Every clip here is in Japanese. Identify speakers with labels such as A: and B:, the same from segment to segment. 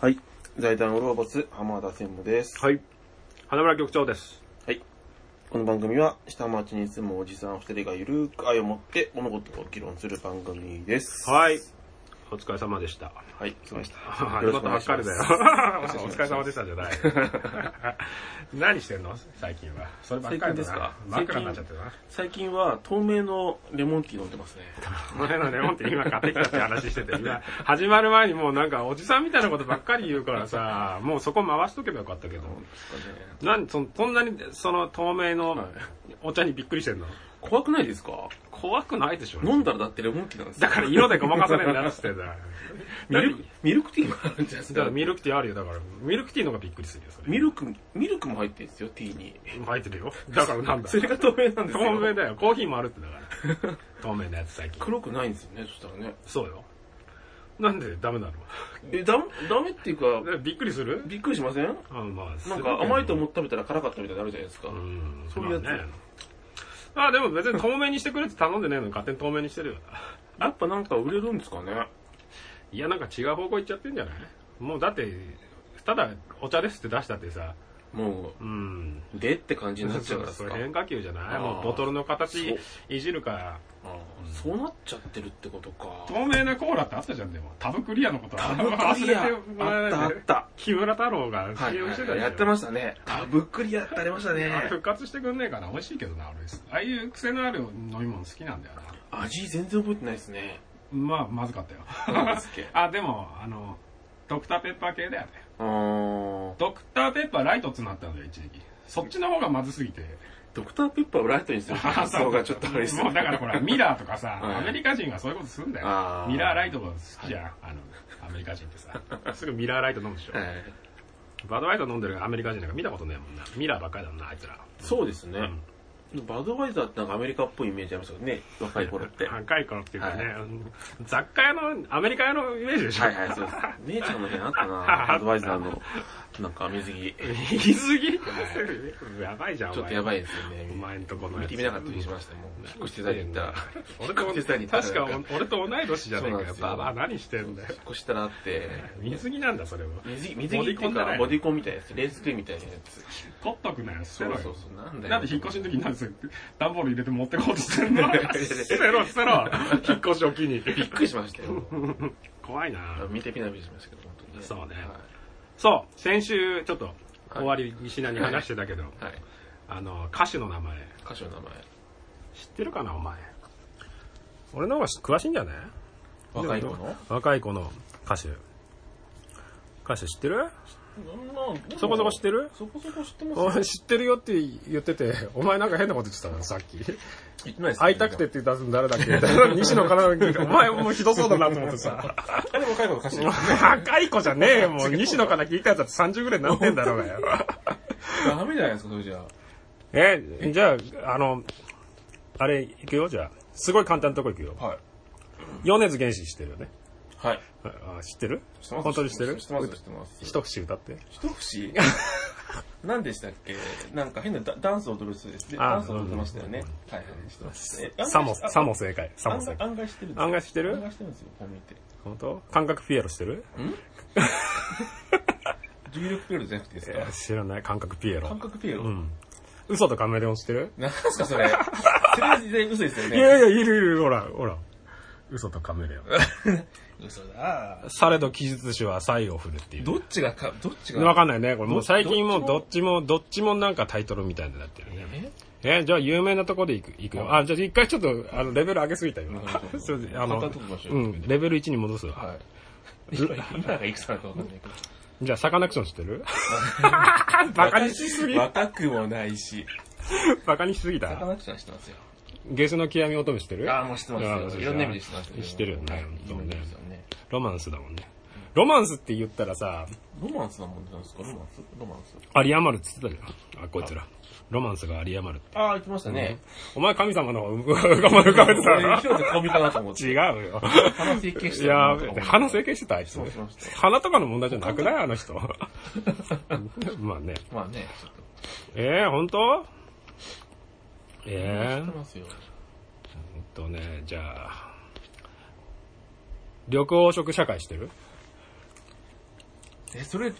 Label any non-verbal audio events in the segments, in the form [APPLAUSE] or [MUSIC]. A: はい。財団オローボス、浜田専務です。
B: はい。花村局長です。
A: はい。この番組は、下町に住むおじさん二人がゆるく愛を持って物事を議論する番組です。
B: はい。お疲れ様でした。
A: はい、そうでした。
B: あよかったばっかりだよ。
A: [LAUGHS]
B: お疲れ様でしたじゃない。何してんの最近は。そればっか
A: 最
B: りだ
A: 近ですか
B: な。真っ暗になっちゃってるな。
A: 最近は、透明のレモンティー飲んでますね。
B: この辺のレモンって今買ってきたって話してて、今、始まる前にもうなんかおじさんみたいなことばっかり言うからさ、もうそこ回しとけばよかったけど。なんそそんなにその透明のお茶にびっくりしてんの
A: 怖くないですか
B: 怖くないでしょ。
A: 飲んだらだってレモンティーなんです
B: だから色でごまか
A: [LAUGHS]
B: さねえんだなっつってんだ。
A: ミルク、ミルクティーもあるんじゃないです
B: だか。
A: から
B: ミルクティーあるよ、だから。ミルクティーの方がびっくりするよ、それ。
A: ミルク、ミルクも入ってるんですよ、ティーに。
B: 入ってるよ。だからなんだ。
A: それが透明なんですよ。
B: 透明だよ。コーヒーもあるってだから。透明なやつ最近。
A: 黒くないんですよね、そしたらね。
B: そうよ。なんでダメな
A: え、だ、ダメっていうか、
B: のびっくりする
A: びっくりしません
B: あまあ、
A: なんか甘いと思っ
B: っ
A: て食べたら辛かったみたいになるじゃないですか。
B: うん。
A: そういうやつ
B: まあね。あ、でも別に透明にしてくれって頼んでねえのに勝手に透明にしてるよ。
A: やっぱなんか売れるんですかね。
B: いや、なんか違う方向行っちゃってんじゃないもうだって、ただお茶ですって出したってさ、
A: も
B: うん。
A: う、でって感じになっちゃうからです
B: そ
A: か
B: れ。変化球じゃないも
A: あー
B: うボトルの
A: そう
B: 形いじるから。
A: ああそうなっちゃってるってことか。
B: 透明なコーラってあったじゃん、でも。タブクリアのこと
A: タ
B: は
A: ブクリア
B: [LAUGHS] 忘れてもら
A: あっ
B: えない
A: たあっ
B: で
A: た。
B: 木村太郎が
A: はい、
B: CM してたじゃん
A: やってましたね。タブクリアってありましたね。
B: あれ復活してくんねえかな美味しいけどな、俺。ああいう癖のある飲み物好きなんだよな。
A: 味全然覚えてないです
B: [LAUGHS]
A: ね。
B: まあ、まずかったよ
A: なんですっけ。
B: あ、でも、あの、ドクターペッパー系だよね。
A: あー
B: ドクターペッパーライトっつうのあったんだよ、一時期。そっちの方がまず
A: [LAUGHS]
B: すぎて。
A: ドクターペッパーをライトにする発想がちょっとあれです
B: もうだからほら、ミラーとか
A: [LAUGHS]
B: さ、
A: はい
B: アメリカ人はそういうことするんだよ
A: あ。ー
B: ミラーライトが好きじゃん、あの、アメリカ人ってさ。
A: [LAUGHS]
B: すぐミラーライト飲むでしょ。
A: はい
B: バドワイザー飲んでるアメリカ人なんか見たことねえもんな。ミラーばっかりだもんな、あいつら。
A: そうですね。バドワイザーってなんかアメリカっぽいイメージありますよね。若い頃って。はい
B: 若い頃っていうかね、
A: は
B: うん雑貨屋の、アメリカ屋のイメージでしょ。
A: はい、 [LAUGHS] そうです。姉ちゃんの部屋あったな。 [LAUGHS] バドワイザーの、なんか水着。
B: 言い過ぎやばいじゃん、
A: ちょっとやばいですよね。
B: お前。お前んとこの
A: 見
B: やつ。
A: てみなかったりしましたよもう引っ越してたり行ったら、
B: 俺と
A: 引っ越してたり行ったら
B: 確かお俺と同い年じゃねえ
A: そう
B: か
A: なん
B: よ
A: で。すよ
B: ババア何してんだよ
A: 引っ。越したらあって、
B: 水着なんだ、それは。
A: 水着、水着っていうか、ボ
B: ボ
A: デ
B: デ
A: ィコンみたいなやつ、レースクリーンみたいなやつ。
B: 取っとくなよ、捨
A: そ
B: てろ
A: う
B: よ。
A: そうそう、なんだよ。
B: なんで引っ越しの時になんでそれ段ボール入れて持ってこうとしてんの捨てろ、捨てろ。引っ越しを機に。
A: びっくりしましたよ。
B: 怖いな
A: 見てみないびしましたけど、本当に、
B: そうね
A: は
B: そう、先週、ちょっと、終わり、西南に話してたけど、
A: い。はい。
B: あの、歌手の名前、
A: 歌手の名前。
B: 知ってるかな、お前。俺の方が詳しいんじゃない
A: 若い子の
B: 若い子の歌手。歌手知ってる
A: そ
B: そ
A: こそ
B: こ
A: こ知
B: そこ知
A: っ
B: ってて
A: る
B: る
A: そこそこ知ってま
B: お
A: す
B: 前知ってるよって言ってて、お前なんか変なこと言ってたの、さっき。
A: 言ってないです
B: 会いたくてっ。て出すの誰だっけ [LAUGHS] 西野からお前もうひどそうだなと思って [LAUGHS] さ。
A: あ、でも若い子の歌手です。
B: 若い子じゃねえよ、 [LAUGHS] もう。西野から聞いたやつだって30ぐらいになってんだろうがよ。
A: ダメじゃないですか、それじゃあ。
B: [LAUGHS] え、じゃあ、あの、あれ、行くよ、じゃあ。すごい簡単なとこ行くよ。
A: はい。
B: 米津玄師知ってるよね。
A: はい。
B: ああ知ってる
A: 知ってます
B: 本当に知ってる
A: 知ってます、知ってます。
B: 一節歌って。
A: 一
B: [LAUGHS]
A: 節何でしたっけなんか変なダダンスを踊る人ですね。
B: あ
A: ダンスを踊ってましたよね。はいはい、知ってます。え
B: さも、
A: 案外
B: さも正解。さ
A: あ
B: も
A: 案
B: 正
A: 外
B: 解。
A: 案外してるんですよ
B: 案外知ってる
A: 案外してるんですよ、こう見て。
B: 本当感覚ピエロしてる
A: 重力ピエロじゃなくてです
B: いや
A: か
B: 知らない。感覚ピエロ
A: 感。覚ピエロ。
B: うん。嘘とカメレオン知ってる
A: なんすかそ
B: [LAUGHS]
A: れ。それは全然嘘ですよ
B: いや
A: ね。
B: いや、いるいる、ほら、ほら。嘘とカメレオン。
A: 嘘だ。
B: [LAUGHS] されど記述師は才を振るっていう。
A: どっちがか、どっちが。
B: わかんないね。これもう最近もう
A: ど
B: どっちも、どっちもなんかタイトルみたいになってるね。
A: え
B: えじゃあ有名なとこで行く、行くよ。あ、じゃあ一回ちょっと、あの、レベル上 [LAUGHS] げすぎたよ
A: なるほ。ど
B: そう
A: 簡単
B: あ
A: な
B: の
A: とこ行きまし、ょう
B: うん、レベル1に戻すわ。
A: はい。今今がいくつなのかわかんないけど。
B: じゃあサカナクション知ってるバカにしすぎ、
A: 若くもないし。
B: バカにしすぎ
A: サカ
B: た。
A: ナクションは知ってますよ。
B: ゲスの極み乙女知ってる
A: ああ、もう知ってますよ。いろんな意味で知ってます
B: よ。知ってるよ
A: はい
B: ね。
A: いろんな意味ですよね。
B: ロマンスだもんね。ロマンスって言ったらさ、
A: ロマンスなもんじゃないですかロマンスロマンス。
B: 有り余るっつってたじゃん。あ、こいつら。ロマンスが有り余るって。
A: ああ、言ってましたね。
B: お前神様の方浮かべ浮かべて
A: 俺、一
B: た
A: 人で顔見たなと
C: [LAUGHS]
A: 思って。
B: 違うよ。
A: 鼻整形し
B: い
A: てた
B: や
A: なと思って。
B: ー、鼻整形してたあいつ
A: そうしまし。
B: 鼻とかの問題じゃなくないあの人。まあね。
A: まあね、ちょっと。
B: えー、本当
A: 知
B: え
A: っ
B: ー、
A: て
B: ほん
A: ますよ。
B: とね、じゃあ、緑黄色社会してる
C: え、それ、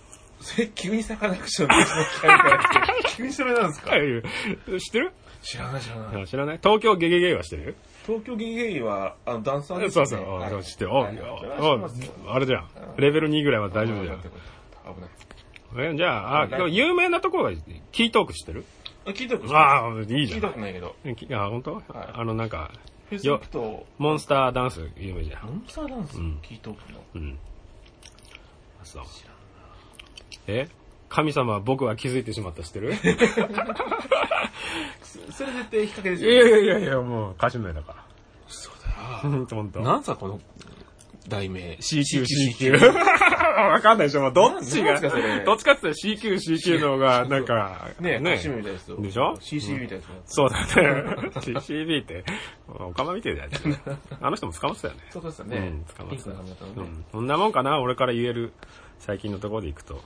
C: それ急にサカナクションのうちの企画から
A: [LAUGHS]
C: 来て急にそれなんですか
B: 知ってる
C: 知らない知らない。
B: 知らない東京ゲゲゲイは知ってる
C: 東京ゲゲゲイは、あの、ダンサー
B: そう
C: です
B: そ
C: よ
B: う
C: ね。はい
B: あ知ってる。お
C: は
B: う
C: い
B: おうあれじゃん。レベル2ぐらいは大丈夫だよ。
C: 危ない。
B: えじゃあ、あ、でも有名なところが、キートーク知ってる
C: あ聞いたことない。
B: ああ、いい
C: 聞
B: じゃ
C: い
B: ん
C: た。ことないけど。
B: きあ、本当？あの、なんか、
C: フェイスブックと、
B: モンスターダンス有名じゃ
C: ダ
B: ん。
C: ンサーダンス聞いたことない。
B: うん。あそう。え神様、僕は気づいてしまった、知ってる [LAUGHS] い
C: それ絶対引っ掛けです
B: や
C: よ
B: い
C: ね。
B: やいやいや、もう歌手名だから。
C: 嘘だ
B: [LAUGHS] 本当本当。
C: なんすかこの、題名。
B: C 級、C 級。わかんないでしょ、もうどっち
C: な
B: が
C: んですかそれ、
B: どっちかって言ったら C 級、C 級の方が、なんか、
C: ねえ、歌詞みたいですよ。
B: でしょ
C: ?CC みたいですよ。
B: そうだね。CCB って、おかまみてえだよね。あの人も捕まってたよね。
C: そうですよ
B: う
C: ね
B: ん。捕ま
C: ピ
B: っ
C: ン
B: て
C: クの
B: た。
C: 髪型の
B: う
C: ね。
B: んそんなもんかな、俺から言える、最近のところでいくと。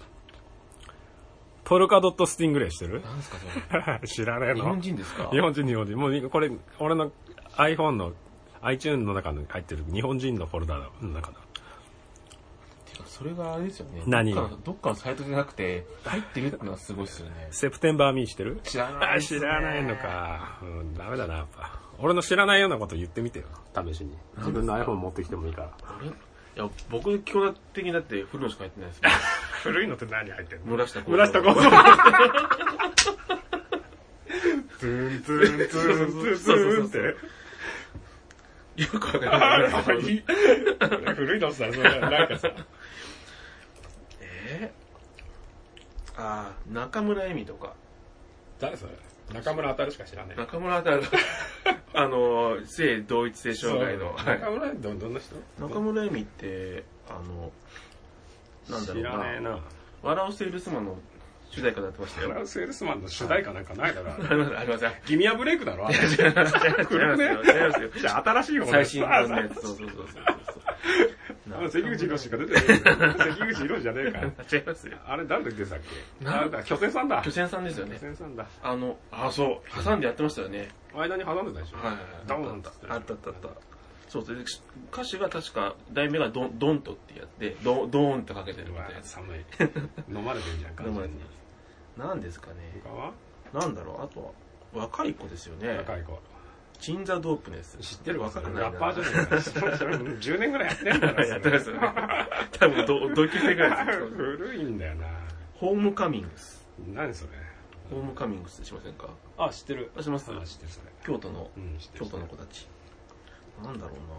B: ポルカドットスティングレイしてる [LAUGHS]
C: なんすかそれ。
B: 知らねえ
C: 日
B: の
C: 本人ですか
B: 日本人、日本人。もう、これ、俺の iPhone の iTunes の中に入ってる日本人のフォルダの中だ。
C: てかそれがあれですよね。
B: 何
C: どっかのどっかのサイトじゃなくて、入ってるってのはすごいですよね。
B: セプテンバーミーしてる
C: 知らない
B: あ
C: っすね
B: 知らないのか。うん、ダメだな、やっぱ。俺の知らないようなこと言ってみてよ。試しに。自分の iPhone 持ってきてもいいから。
A: いや、僕の基本的にだって古野しか入ってないですよ。
B: 古いのって何入ってんの
A: 村下幸三
B: 村 [LAUGHS] 下幸三トゥントゥントゥントゥントゥンって。
A: よくわかんない。
B: 古いのさ、それなんかさ。
A: えー、あー中村恵美とか。
B: 誰それ中村あたるしか知らねえ。
A: 中村あたるあのー、性同一性障害の。はい
B: 中村ど、どんな人
A: 中村恵美って、あの、なんだろ
B: 知
A: う
B: らねえ
A: な。
B: な。
A: 笑うセールスマンの主題歌になってましたよ。
B: ラウセールスマンの主題歌なんかないだろ。
A: ありません、ありません。
B: ギミアブレイクだろあれ
A: 違
B: 古
A: い
B: く
A: ます
B: ね
A: よ、違いますよ。
B: じゃあ新しい方
A: 最新版の
B: あ
A: やつ。そうそうそうそう
B: あの関口宏しか
A: [LAUGHS]
B: 出てない。関口宏じゃねえか。
A: そう。違いますよ。
B: あれ誰で出てたっけ
A: な
B: なんだ、巨泉さんだ。
A: 巨泉さんですよ
B: 巨
A: ね。
B: 泉さんだ。
A: あの、あ、そう。挟んでやってましたよね。
B: 間に挟んでたでしょ。
A: はいはいはい
B: ドーンと。
A: あったあったあった。そうで歌詞が確か、題名がドンドンとってやって、ドドーンとかけてる
B: う
A: み
B: わ
A: たいなやつ。 [LAUGHS]
B: 寒い。飲まれてんじゃん、完
A: 飲ま
B: 全
A: れ
B: に
A: て。なんですかね。
B: 他は
A: なんだろう、あとは、若い子ですよね。
B: 若い子。
A: チンザドープです。知ってる若くないな。
B: ラッパーじゃねえ
A: [LAUGHS]
B: か。それそれ10年ぐらいやってるんだ
A: やってますよね。 [LAUGHS] 多分同同級生ぐらいですよ。
B: [LAUGHS] 古いんだよな。
A: ホームカミングス。
B: 何それ。
A: ホームカミングスしませんか
B: あ、知ってる。
A: あします
B: あ、知ってる、それ。
A: 京都の、
B: うん、知って
A: 京
B: る。
A: 都の子たち。なんだろうなあ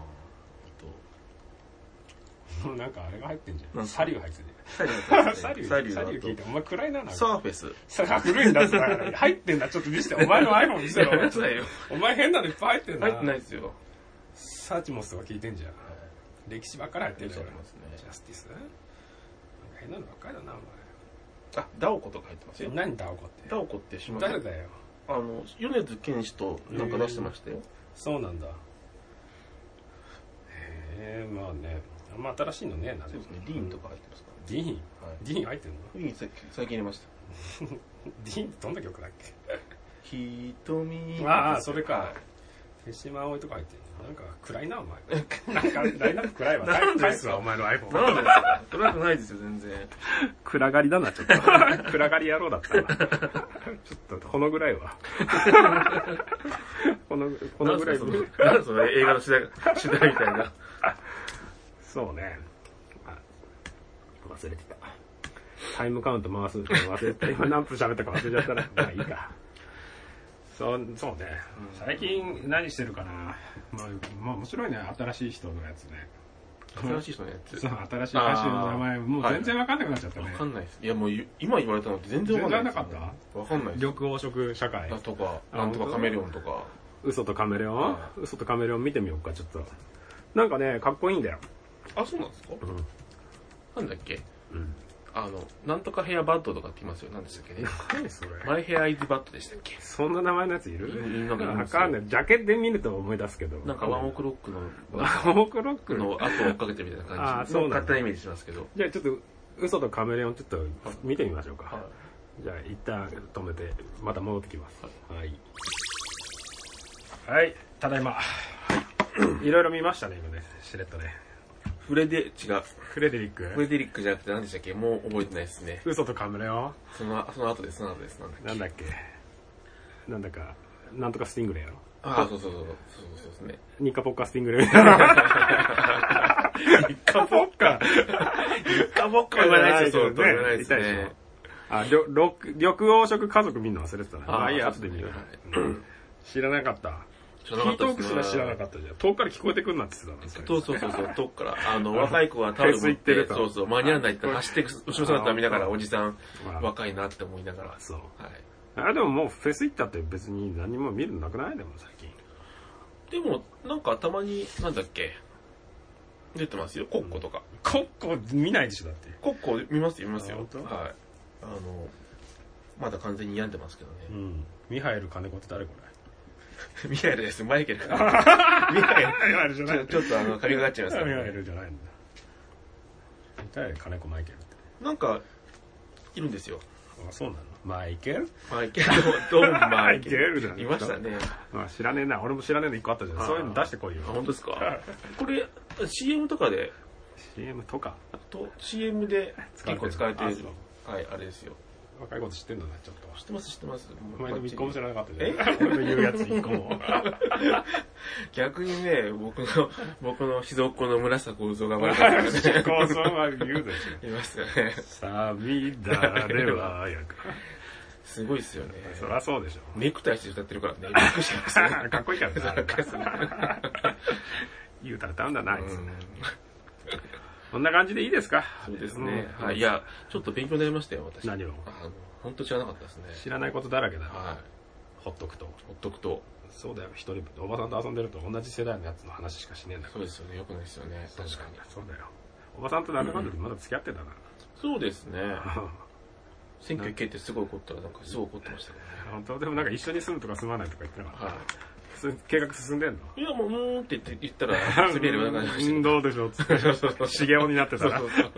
A: と、
B: もうなんかあれが入ってんじゃ
A: なん
B: ん。
A: すか
B: サリュー入ってんじ
A: サリュー
B: ゃ
A: だ
B: ん。
A: っ
B: サ
A: て
B: リュー、
A: サ
B: サ
A: リ
B: リ
A: ュー
B: ュ
A: だ
B: ー
A: と
B: 聞いて、お前暗いな、なんか
A: サーフェス。
B: さあ、古いんだってだから、入ってんだ、ちょっと見せて、お前の iPhone 見せ
A: やめ
B: ろ
A: な。さいよ。
B: お前変なのいっぱい入ってんだ。
A: 入ってないですよ。
B: サーチモスとか聞いてんじゃん。歴史ばっかり入ってるじゃん。
A: 入ってますね
B: ジャスティスなんか変なのばっかりだな、お
A: あ、ダオコとか入ってますよ
B: 前。。何だ、怒って
A: ダ。オコってしません
B: 誰だよ。
A: あの、米津玄師となんか出してましたよ。
B: そうなんだ。へえ、まあね。あんま新しいのねえな、
A: そうですね、ディーンとか入ってますからね。
B: ディーン
A: はい
B: ディーン入ってんの
A: ディーンさっき最近入れました。
B: ディーンってどんな曲だっけ
A: 瞳
B: あ [LAUGHS] あ、それか。手島葵とか入ってんのなんか暗いな、お前。 [LAUGHS] なんか、ラインナップ暗いわ。
A: なんで
B: 返すわ、お前の
A: なんで
B: iPhone。
A: ですか暗くないですよ、全然。
B: 暗がりだな、ちょっ [LAUGHS] と。暗がり野郎だったな。ちょっと、このぐらい [LAUGHS] は。この、このぐらい
A: その、なんでその映画の主題歌、主題みたい [LAUGHS] な。
B: そうね。あ忘れてた。タイムカウント回すの忘れてた。 [LAUGHS] 今何分喋ったか忘れちゃったな。まあいいか。そう、そうね。最近何してるかな。まあ、まあ面白いね。新しい人のやつね。
A: 新しい人のやつ。
B: その新しい歌手の名前、
A: あー
B: もう全然わかんなくなっちゃったね
A: わ。かんないです。いや、もうゆ今言われたのって全然わかんないですよ。
B: 全然なか
A: わかんないです。
B: 緑黄色社会
A: な。んとか、
B: あ
A: なんとか
B: 本当
A: カメレオンとか。
B: 嘘とカメレオン
A: は
B: 嘘とカメレオン見てみようか、ちょっと。なんかね、かっこいいんだよ。
A: あ、そうなんですか
B: ん
A: なんだっけ
B: うん。
A: あの、なんとかヘアバッドとかって言いますよ。なんでしたっけね。
B: 何それ
A: マイヘアイズバッドでしたっけ
B: そんな名前のやつい
A: い
B: る
A: るなんかいるん
B: わ
A: ですよ
B: かんない。ジャケで見ると思い出すけど。
A: なんかワンオクロックの、
B: ワンオクロック
A: の
B: の。
A: 後を追っかけてみたいな感じ。
B: あーそうなんだ
A: 勝手なイメージしますけど。
B: じゃあちょっと、嘘とカメレオンちょっと見てみましょうか。
A: は
B: じゃあ一旦止めて、また戻ってきます。はい。
A: [CLEARS THROAT]
B: はい、ただいま。いろいろ見ましたね、今ね。しれっとね。
A: フレデ、違う。
B: フレデリッ
A: フレ
B: ク。
A: デリックじゃなくて何でしたっけもう覚えてないですね。
B: 嘘とカムレオ
A: その、その後です、その後です。なんだっけ
B: なんだっけなんだか、なんとかスティングレーやろ。
A: ああ、そうそうそう。そうそうそうですね。
B: ニッカポッカスティングレー。ニッカポッカ
A: ガボッカ言わないですよ、そう。
B: ね
A: 言わないです
B: 痛いでし
A: ね
B: ょ。あ、緑、緑黄色家族見るの忘れてたな。
A: あー
B: まあいいや、
A: そ
B: 後
A: うで
B: です見
A: ね
B: よう
A: はい。
B: うん知らなかった。
A: 知
B: キ
A: らなか
B: ー
A: った
B: ト
A: ですね
B: ークすら知らなかったじゃん。遠くから聞こえてくるなって言ってたの
A: そうそうそうそう、遠くから。あの、若い子はタオル持
B: フェス行ってると
A: そうそう、間に合わないって走ってく、後ろ姿見ながら、おじさん、
B: まあ
A: 若いなって思いながら。はい。
B: そう。あ、でももうフェス行ったって別に何も見るのなくないでも最近。
A: でも、なんかたまに、なんだっけ、出てますよ、コッコとか。
B: コッコ見ないでしょ、だって。
A: コッコ見ますよ、見ますよ。
B: あ
A: はい
B: 本当。
A: あの、まだ完全に病んでますけど
B: う
A: ね。
B: ん。ミハエル金子って誰こ
A: [LAUGHS] ミハエルです、マイケ
B: [LAUGHS]
A: ルから。ミハエル。
B: れ。ミハエルじゃ
A: ちょちょっとあ
B: [LAUGHS]
A: の、髪がかっちゃいますけど
B: ミハエルじゃないんだ。ミハエル金子マイケルって。
A: なんか、いるんですよ。
B: あ、そうなのマイケル
A: マ [LAUGHS] イケル、ドンマイケ
B: マイケルだ
A: ル。
B: ね
A: いましたね。
B: まあ知らねえな。俺も知らねえの一個あったじゃん。そういうの出してこいよ
A: あ、。本当ですか。これ、CM とかで、
B: CM とか。
A: と CM で結構使われて
B: あ
A: る
B: そ。
A: はい、あれですよ。
B: 若いこと知ってんだな、ちょっ [LAUGHS] と。
A: 知ってます、知ってます。
B: お前の一個も知らなかったじゃ
A: え
B: ん。俺の言うやつ一個 [LAUGHS] も。
A: 逆にね、僕
B: [LAUGHS]
A: の、僕の秘蔵っ子の村瀬幸三が悪かったですね。
B: 高層は言うでしょ。
A: いますよね。
B: さみだれはやく。
A: すごいですよね。
B: [LAUGHS] そりゃそうでしょ。
A: ネクタイして歌ってるからね、びっくりしま
B: [LAUGHS]
A: したね。
B: かっこいいからね
A: かっこいいですね。
B: [LAUGHS] 言うたら歌うんだな、あいつ
A: うん
B: こんな感じでいいですか
A: そうですね。
B: うん
A: はい。いや、ちょっと勉強になりましたよ、私。
B: 何を
A: あの、本当知らなかったですね。
B: 知らないことだらけだよ。
A: はい。
B: ほっとくと。
A: ほっとくと。
B: そうだよ、一人、おばさんと遊んでると同じ世代のやつの話しかしねえんだか
A: そうですよね。よくないですよね。
B: ら。
A: 確かに。
B: そうだよ。おばさんとなんだかんだでまだ付き合
A: [LAUGHS]
B: ってたな。
A: そうですね。選
B: 挙
A: 挙系ってすごい怒ったら、なんかすごい怒ってましたからね。
B: 本当でもなんか一緒に住むとか住まないとか言ってなかった。
A: は
B: す計画進んでんの
A: い。いや、もう、うーんって言って言ったら、滑れるよう [LAUGHS] な感じ
B: う
A: で
B: ん
A: [LAUGHS] した
B: どうでしょうっつって。
A: そうそうそう
B: 茂雄になって
A: そ
B: た
A: う
B: ら。
A: [LAUGHS] そうそう。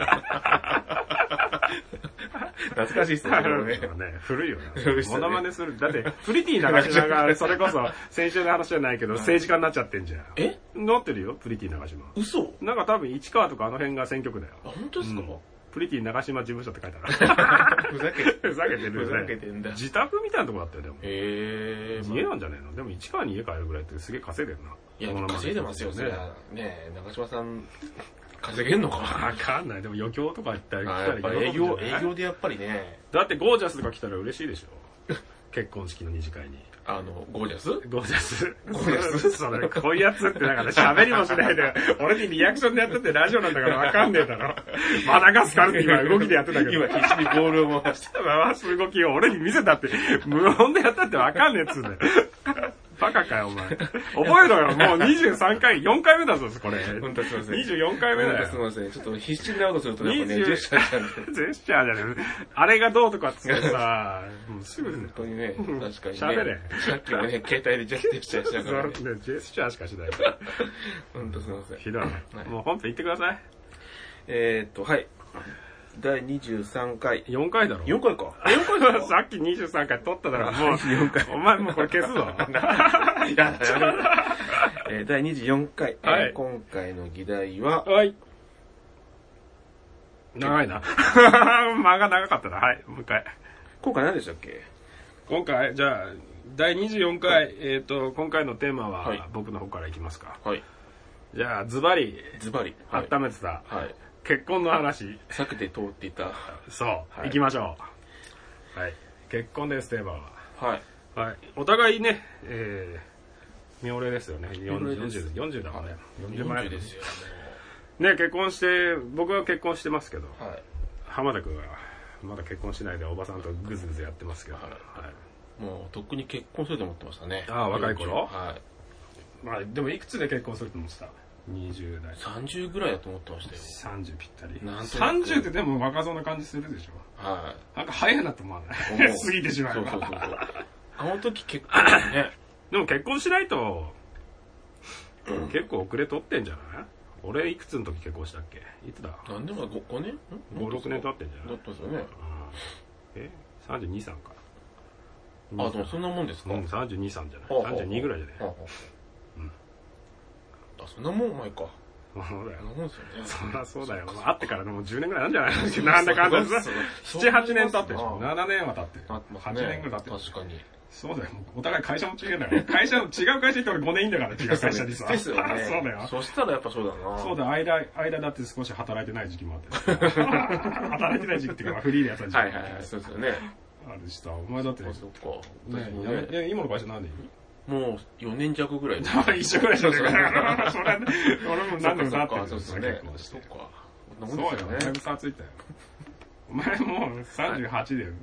A: 懐かしいっすね、でも
B: [LAUGHS]
A: ね。 [LAUGHS]
B: ね、古いよ
A: 古いっ
B: な。
A: すよ
B: モ
A: ね
B: ノマネする。だって、プリティ長島が、それこ
A: [LAUGHS]
B: そ、先週の話じゃないけど、政治家になっちゃってんじゃん。
A: え
B: なってるよ、プリティ長島。
A: 嘘
B: なんか多分、市川とかあの辺が選挙区だよ。
A: あ、本当ですか
B: うんプリティ長島事務所って書いて
A: [LAUGHS]
B: ある。
A: ふざけて
B: ふざけてるよ
A: ふ
B: ね
A: ざけてんだ。
B: 自宅みたいなとこだったよ、でも。
A: へえ。
B: 家なんじゃねえのでも市川に家帰るぐらいってすげえ稼いでるな。
A: いや、稼いでますよ、そりゃ。ねえ、長島さん、稼げんのか。
B: わかんない。でも余興とか行った
A: あ
B: ら
A: [LAUGHS] やっ
B: 来た
A: ぱ
B: ら
A: 営
B: 喜ぶん
A: 業、
B: じゃな
A: 営
B: い
A: 業でやっぱりね、
B: だってゴージャスとか来たら嬉しいでし
A: [LAUGHS]
B: ょ。結婚式の二次会に。
A: あの、ゴージャス
B: ゴージャス。
A: ゴージャス
B: それ、こういうやつってだから喋りもしないで、俺にリアクションでやっててラジオなんだからわかんねえだろ。マダガスカルって今動きでやってたけど
A: 今。必死にボールを回して。
B: 回す動きを俺に見せたって、無音でやったってわかんねえっつうんだよ。バカかよ、お前。覚えろよ、もう23回、4回目だぞ、これ。
A: 本当すいません
B: 24回目だ
A: すみ
B: よ。
A: ません。ちょっと必死になことすると、やっぱね、
B: 20
A: ジェスチャーしたんで。
B: ジェスチャーじゃねえ。あれがどうとかっつってさ、もうすぐ
A: 本当にね、確かにね。
B: 喋れ
A: さっきも
B: [LAUGHS]
A: ね、携帯でジェスチャーしながらね。
B: そうねジェスチャーしかしない。
A: 本当すみません。
B: ひどい
A: はい。
B: もう本編行ってください。
A: えーっと、はい。第23回。
B: 4回だろ。
A: 4回か。
B: 回だろ。さっき23回撮っただ [LAUGHS] ろ、もう。お前もうこれ消すぞ。
A: [LAUGHS] いや、やめろえー第24回、えー
B: はい
A: 今回の議題は、
B: [LAUGHS] はい。長いな。 [LAUGHS] 間が長かったな。はい、もう一回。
A: 今回何でしたっけ
B: 今回、じゃあ、第24回、えっ、と、今回のテーマは、
A: はい
B: 僕の方からいきますか。
A: はい。
B: じゃあ、ズバリ、
A: ズバリ。はい。
B: 温めてた、
A: はい。
B: 結婚の話、
A: 避けて通っていた。
B: そう、
A: はい
B: 行きましょう。はい。結婚です、テーマは。
A: はい。
B: はい。お互いね、えー、妙齢ですよね。
A: 齢です
B: 40、40だもんね。40前
A: 40ですよ。
B: ね、結婚して、僕は結婚してますけど、
A: はい。
B: 浜田君はまだ結婚しないでおばさんとグズグズやってますけど、
A: はい
B: はい
A: もう、とっくに結婚すると思ってましたね。
B: あー若い頃
A: はい。
B: まあ、でもいくつで結婚すると思ってた20代
A: 30ぐらいだと思ってましたよ。
B: 30ぴったり
A: なんとなく
B: 30ってでも若そうな感じするでしょ
A: はい。
B: なんか早いなと思わな
A: 思
B: い
A: う
B: [LAUGHS] 過ぎてしまえ
A: そう
B: ば
A: そうそうそう。あの時結構ね、
C: [COUGHS]
B: でも結婚しないと結構遅れとってんじゃない俺いくつの時結婚したっけいつだ
A: 何年も 5, 5年
B: 56年経ってんじゃな
A: だ
B: い
A: ったんですよね。
B: え32歳か
A: あ、でもそんなもんです
B: う
A: か、
B: ん32歳じゃない
A: はあはあ
B: 32ぐらいじゃない
A: はあはああそんなもん前か。
B: そうだよ。
C: もんですよね。
B: そりゃそうだよ。会ってからもう10年ぐらいなんじゃないなんだかんださ。
C: そう
B: 7、8年経ってるでし
C: そ
B: ょ。
C: うな
B: 7年は経ってる。
C: あってます
B: 8
C: ね
B: 年ぐらい経ってる。
C: 確かに。
B: そうだよ。お互い会社も違うんだから。会社の、違う会社行って俺5年いんだから、違う会社にさ。
C: ですよね。
B: [LAUGHS] そうだよ。
C: そしたらやっぱそうだな。
B: そうだ、間、間だって少し働いてない時期もあって。 [LAUGHS] 働いてない時期っていうか、フリーでやってた時期
C: はいはいはい、そうですよね。
B: あるしさ、お前だって、
C: あ
B: ね、
C: そっか。私も
B: やめ
C: ね、
B: え今の会社何でいる
A: もう4年弱ぐ
B: [LAUGHS]
A: らい。
B: 一緒ぐらいじゃねえか。それ、俺も何でも
C: そ
B: な
C: っ
B: って
C: か
B: る
C: そうですよね
B: 結。婚し
C: そ
B: て
C: っ。か。そん
B: そう
C: なもん
B: よ
C: ですよ、
B: だいぶ差ついたよ。お前もう38で、もう。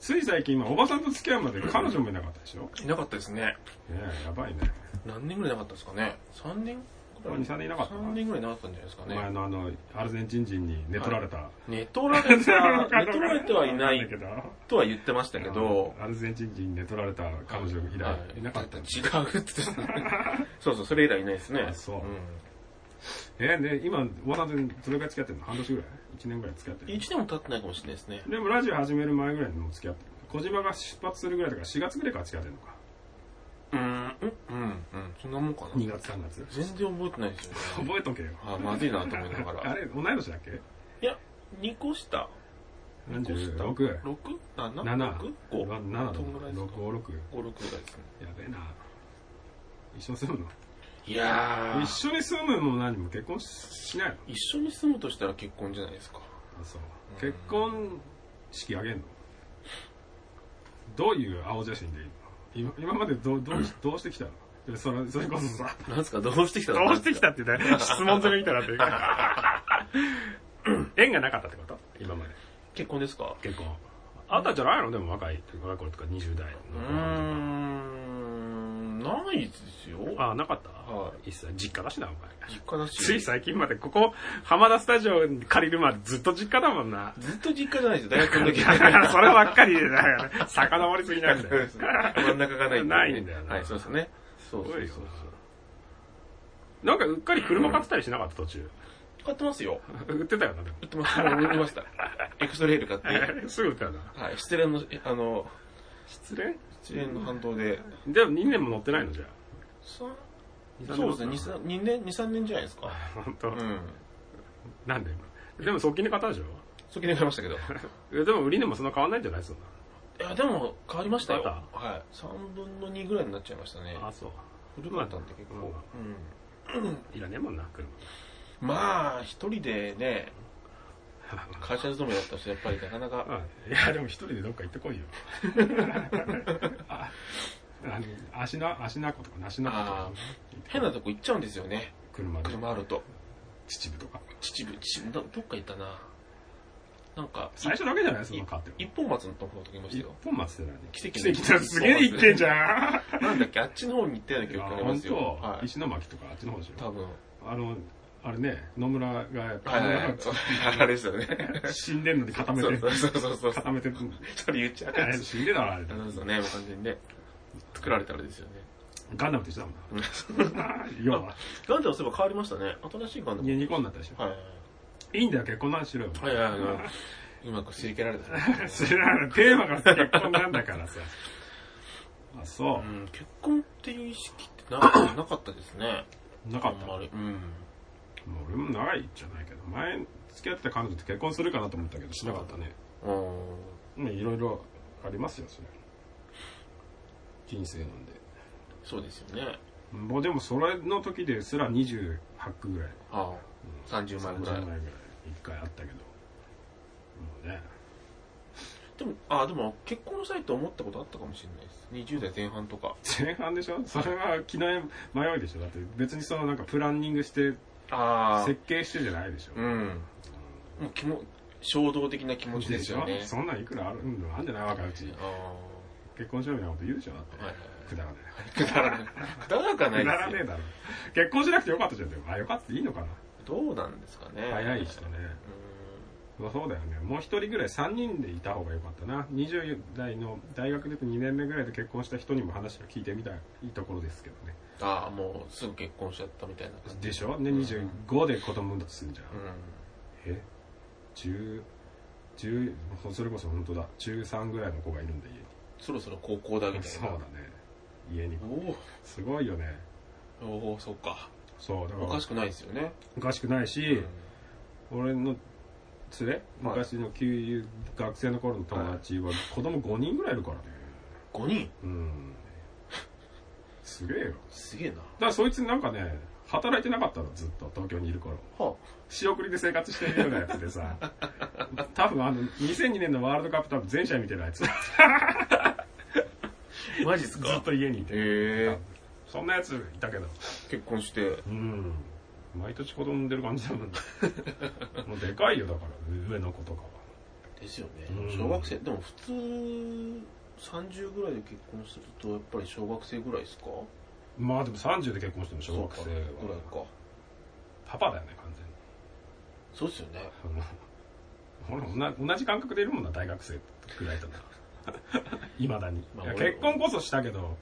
B: つい最近、今、おばさんと付き合うまで彼女もいなかったでしょね
A: いなかったですね。
B: え、やばいね。
A: 何年ぐらいいなかったですかね。3年ぐらい。
B: 2、3年いなかったな
A: 3年ぐらいいなかったんじゃないですか
B: お
A: ね。
B: 前のあの、アルゼンチン人に寝取られた。
A: 寝取ら
B: [LAUGHS]
A: れた、寝取られてはいな
B: わ
A: い
B: かんけど
A: とは言ってましたけど、
B: アルゼンチン人に寝取られた彼女以
A: は
B: 来いなかった
A: 違
B: ん
A: う
B: だ
A: っつってた。そうそう、それ以来いないですね
B: あ。そうんえね今おばさんとどれくらい付き合ってるの半年ぐらい ?1 年ぐらい付き合ってる
A: 一年も経ってないかもしれないですね。
B: でもラジオ始める前ぐらいにもう付き合ってる小島が出発するぐらいだから4月ぐらいから付き合ってるのか
A: うん、うん、うん、そんなもんかな。
B: 2月3月
A: 全然覚えてないですよね。
B: 覚えとけよ
A: あ、まずいなと思いなが
B: あ
A: ら。
B: れ同い年だっけ
A: いや、2個下。2個下。
B: 46
A: 6?7?6?5?
B: 7だ
A: どんぐらいですか
B: 656
A: 5、6ぐらいですね。
B: やべえな一緒に住む
A: いや
B: の
A: ー
B: 一緒に住むも何も結婚しないの
A: 一緒に住むとしたら結婚じゃないですか。
B: あそう
A: うん
B: 結婚式あげんのどういう青写真でいいの今今までどうどうしどうしてきたのでそれそれこそさ
A: なんですか、どうしてきた
B: どうしてきたってね、質問攻めみたいになってる [LAUGHS] 縁がなかったってこと今まで。
A: 結婚ですか
B: 結婚。あったんじゃないのでも若い、若い頃とか20代
A: うー
B: の
A: ん、ないですよ。
B: 頃。あ、なかった
A: はい
B: 一切、実家だしな、お前。
A: 実家だし。。
B: つい最近まで、ここ、浜田スタジオ借りるまでずっと実家だもんな
A: ずっと実家じゃないですよ、大学の
B: [LAUGHS] そ
A: [LAUGHS] 時。
B: ればっかりで、だから、遡りすぎなんだよ。
A: 真ん中がないんだよね
B: ないんだよな
A: はい、そうですね。そう
B: す
A: そ
B: ご
A: う
B: いよ
A: そう。
B: なんか、うっかり車買ってたりしなかった、途
A: [LAUGHS]
B: 中。
A: 買ってますよ。
B: 売ってたよな、でも
A: 売ってます。もう売りま [LAUGHS] した。エクストレイル買って。は
B: [LAUGHS] すぐ売ってたよな。
A: い、失恋の、あの、
B: 失恋
A: 失恋の反動で。
B: でも2年も乗ってないの、じゃあ。
A: そそうですね、2、3 2年、2、3年じゃないですか。
B: 本当、
A: うん。
B: なんででも側近で買ったでしょ
A: 先に買いましたけど。い
B: えでも売り値もそんな変わんないんじゃないそん
A: や、でも、変わりましたよ。
B: ま
A: はい。3分の2ぐらいになっちゃいましたね。
B: なあそう
A: 古くなったんで結構。うん。
B: いらねえもんな車
A: まあ、一人でね、会社勤めだった人、やっぱりなかなか、
B: いやでも一人でどっか行ってこいよああの足な足なことか梨なこと
A: あ
B: か
A: 変なとこ行っちゃうんですよね。
B: 車で
A: 車あると。
B: 秩父とか
A: 秩父、秩父、どどっか行ったな。なんか、
B: 最初だけじゃないその買ってる
A: 一本松のところとか行きました
B: 一
A: よ。
B: 本松って何
A: 奇跡
B: 奇
A: の
B: 跡だすげえ行ってんじゃん
A: なんだっけ、あっちの方に行ったような記憶があり
B: 本
A: ます
B: 当
A: よ。はい。
B: 石巻とかあっちの方でしょ
A: 多分。
B: あのあれね野村が
A: はいはいはい。あれですよね。
B: 死んでんのに固め
A: そう
B: て
A: そうそうそう。
B: 固めて
A: 一人言っちゃうやつ。
B: [LAUGHS] 死んでたわあれ
A: あそうですよね、完全にね。作られたあれですよね。
B: ガンダムと一緒だもんな [LAUGHS] 要は
A: ガンダムそういえば変わりましたね。新しいガンダム。
B: ユニコーンだったでしょ、、
A: はい
B: いんだよ結婚の話しろよ、
A: いはい。はいはいはい。うまくすり切られた。う
B: [LAUGHS] 知らないテーマが結婚なんだからさあそ
A: ん、結婚っていう意識ってななかったですね。
B: うな
A: あ
B: かっ
A: ん
B: た
A: ま
B: もう
A: り。うん。
B: 俺も長いじゃないけど前付き合ってた彼女と結婚するかなと思ったけどしなかったね
A: うん
B: ねいろいろありますよそれ人生なんで
A: そうですよね。
B: もうでもそれの時ですら28区ぐらい
A: ああ。30万ぐらい
B: 30。枚ぐらい一回あったけどもうね
A: でも、ああ、でも結婚の際と思ったことあったかもしれないです。20代前半とか。
B: 前半でしょそれは気の迷いでしょだって別にそのなんかプランニングして
A: あ
B: 設計してじゃないでしょ、
A: うん。もう気も、衝動的な気持ち
B: で
A: で
B: し
A: す
B: ょ
A: よね。
B: そんなんいくらあるんあんじゃない若いうち
A: あ
B: 結婚しようみたいなこと言うでしょだって、
A: はいはい
B: くだらね
A: あ。くだらない。くだらくは
B: えくだ
A: な
B: ら
A: い
B: ね
A: です
B: え
A: よ。
B: だろ結婚しなくてよかったじゃんでもあよかったいいのかな
A: どうなんですかね。
B: 早い人ね、まあ、そうだよねもう一人ぐらい3人でいた方がよかったな20代の大学出て2年目ぐらいで結婚した人にも話を聞いてみたいいいところですけどね
A: ああ、もうすぐ結婚しちゃったみたいな感じ。
B: でしょね25で子供産んだとするじゃん
A: う
B: え10 10それこそ本当だ中3ぐらいの子がいるんだ
A: ん。そろそろ高校だ
B: 家
A: み
B: に
A: たい
B: そう
A: な
B: だね。家に
A: お
B: すごいよね
A: お、おお、そうか。
B: そう、だか
A: お
B: ら
A: かし、くないですよね。
B: おかしくないし、俺の連れ、昔の旧友、学生の頃の友達は子供5人ぐらいいるからね。
A: 5人
B: [LAUGHS] うん。すげえよ。
A: すげえな。
B: だからそいつなんかね、働いてなかったの、ずっと東京にいる頃。
A: は
B: 仕送りで生活してるようなやつ
A: [LAUGHS]
B: でさ、多分あの、2002年のワールドカップ多分全試合見てないやつ。ず
A: あ、 [LAUGHS] マジっす
B: っと家にいて。
A: え
B: そんなやついたけど。
A: ー、結婚して。
B: うん。毎年子供産んでる感じ
A: [LAUGHS]
B: だもんね。もうでかいよ、だから、上の子とかは。
A: ですよね
B: うん。
A: 小学生、でも普通、30ぐらいで結婚すると、やっぱり小学生ぐらいですか
B: まあでも30で結婚しても小学
A: そ
B: 生
A: うかぐらい
B: は。
A: か。
B: パパだよね、完全に。
A: そうですよね。
B: 俺もな同じ感覚でいるもんな大学生くらいだ
A: [LAUGHS]
B: ないまだに、
A: まあ
B: いや
A: 俺
B: 結婚こそしたけど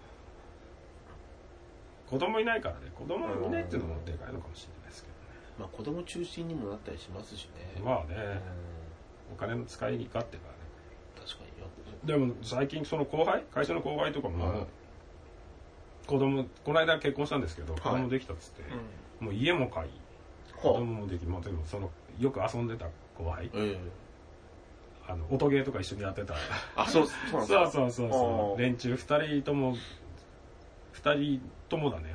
B: 子供いないからね子供いないっていうのもでかいのかもしれないですけ
A: まあ子供中心にもなったりしますしね。
B: どねまあ
A: うん
B: ねお金の使いにかってからね
A: 確かに
B: でも最近その後輩会社の後輩とかも、
A: はい
B: 子供この間結婚したんですけど
A: はい
B: 子供できたっつって、
A: よ。
B: もう家も買い子
A: は
B: 供もできまあでもそのよく遊んでた後輩
A: あ、ええ
B: あの音ゲーとか一緒にやってた
A: あ、そう、そうなんです
B: そう
A: か。
B: そうそうそ
A: あー
B: う連中2人とも2人ともだね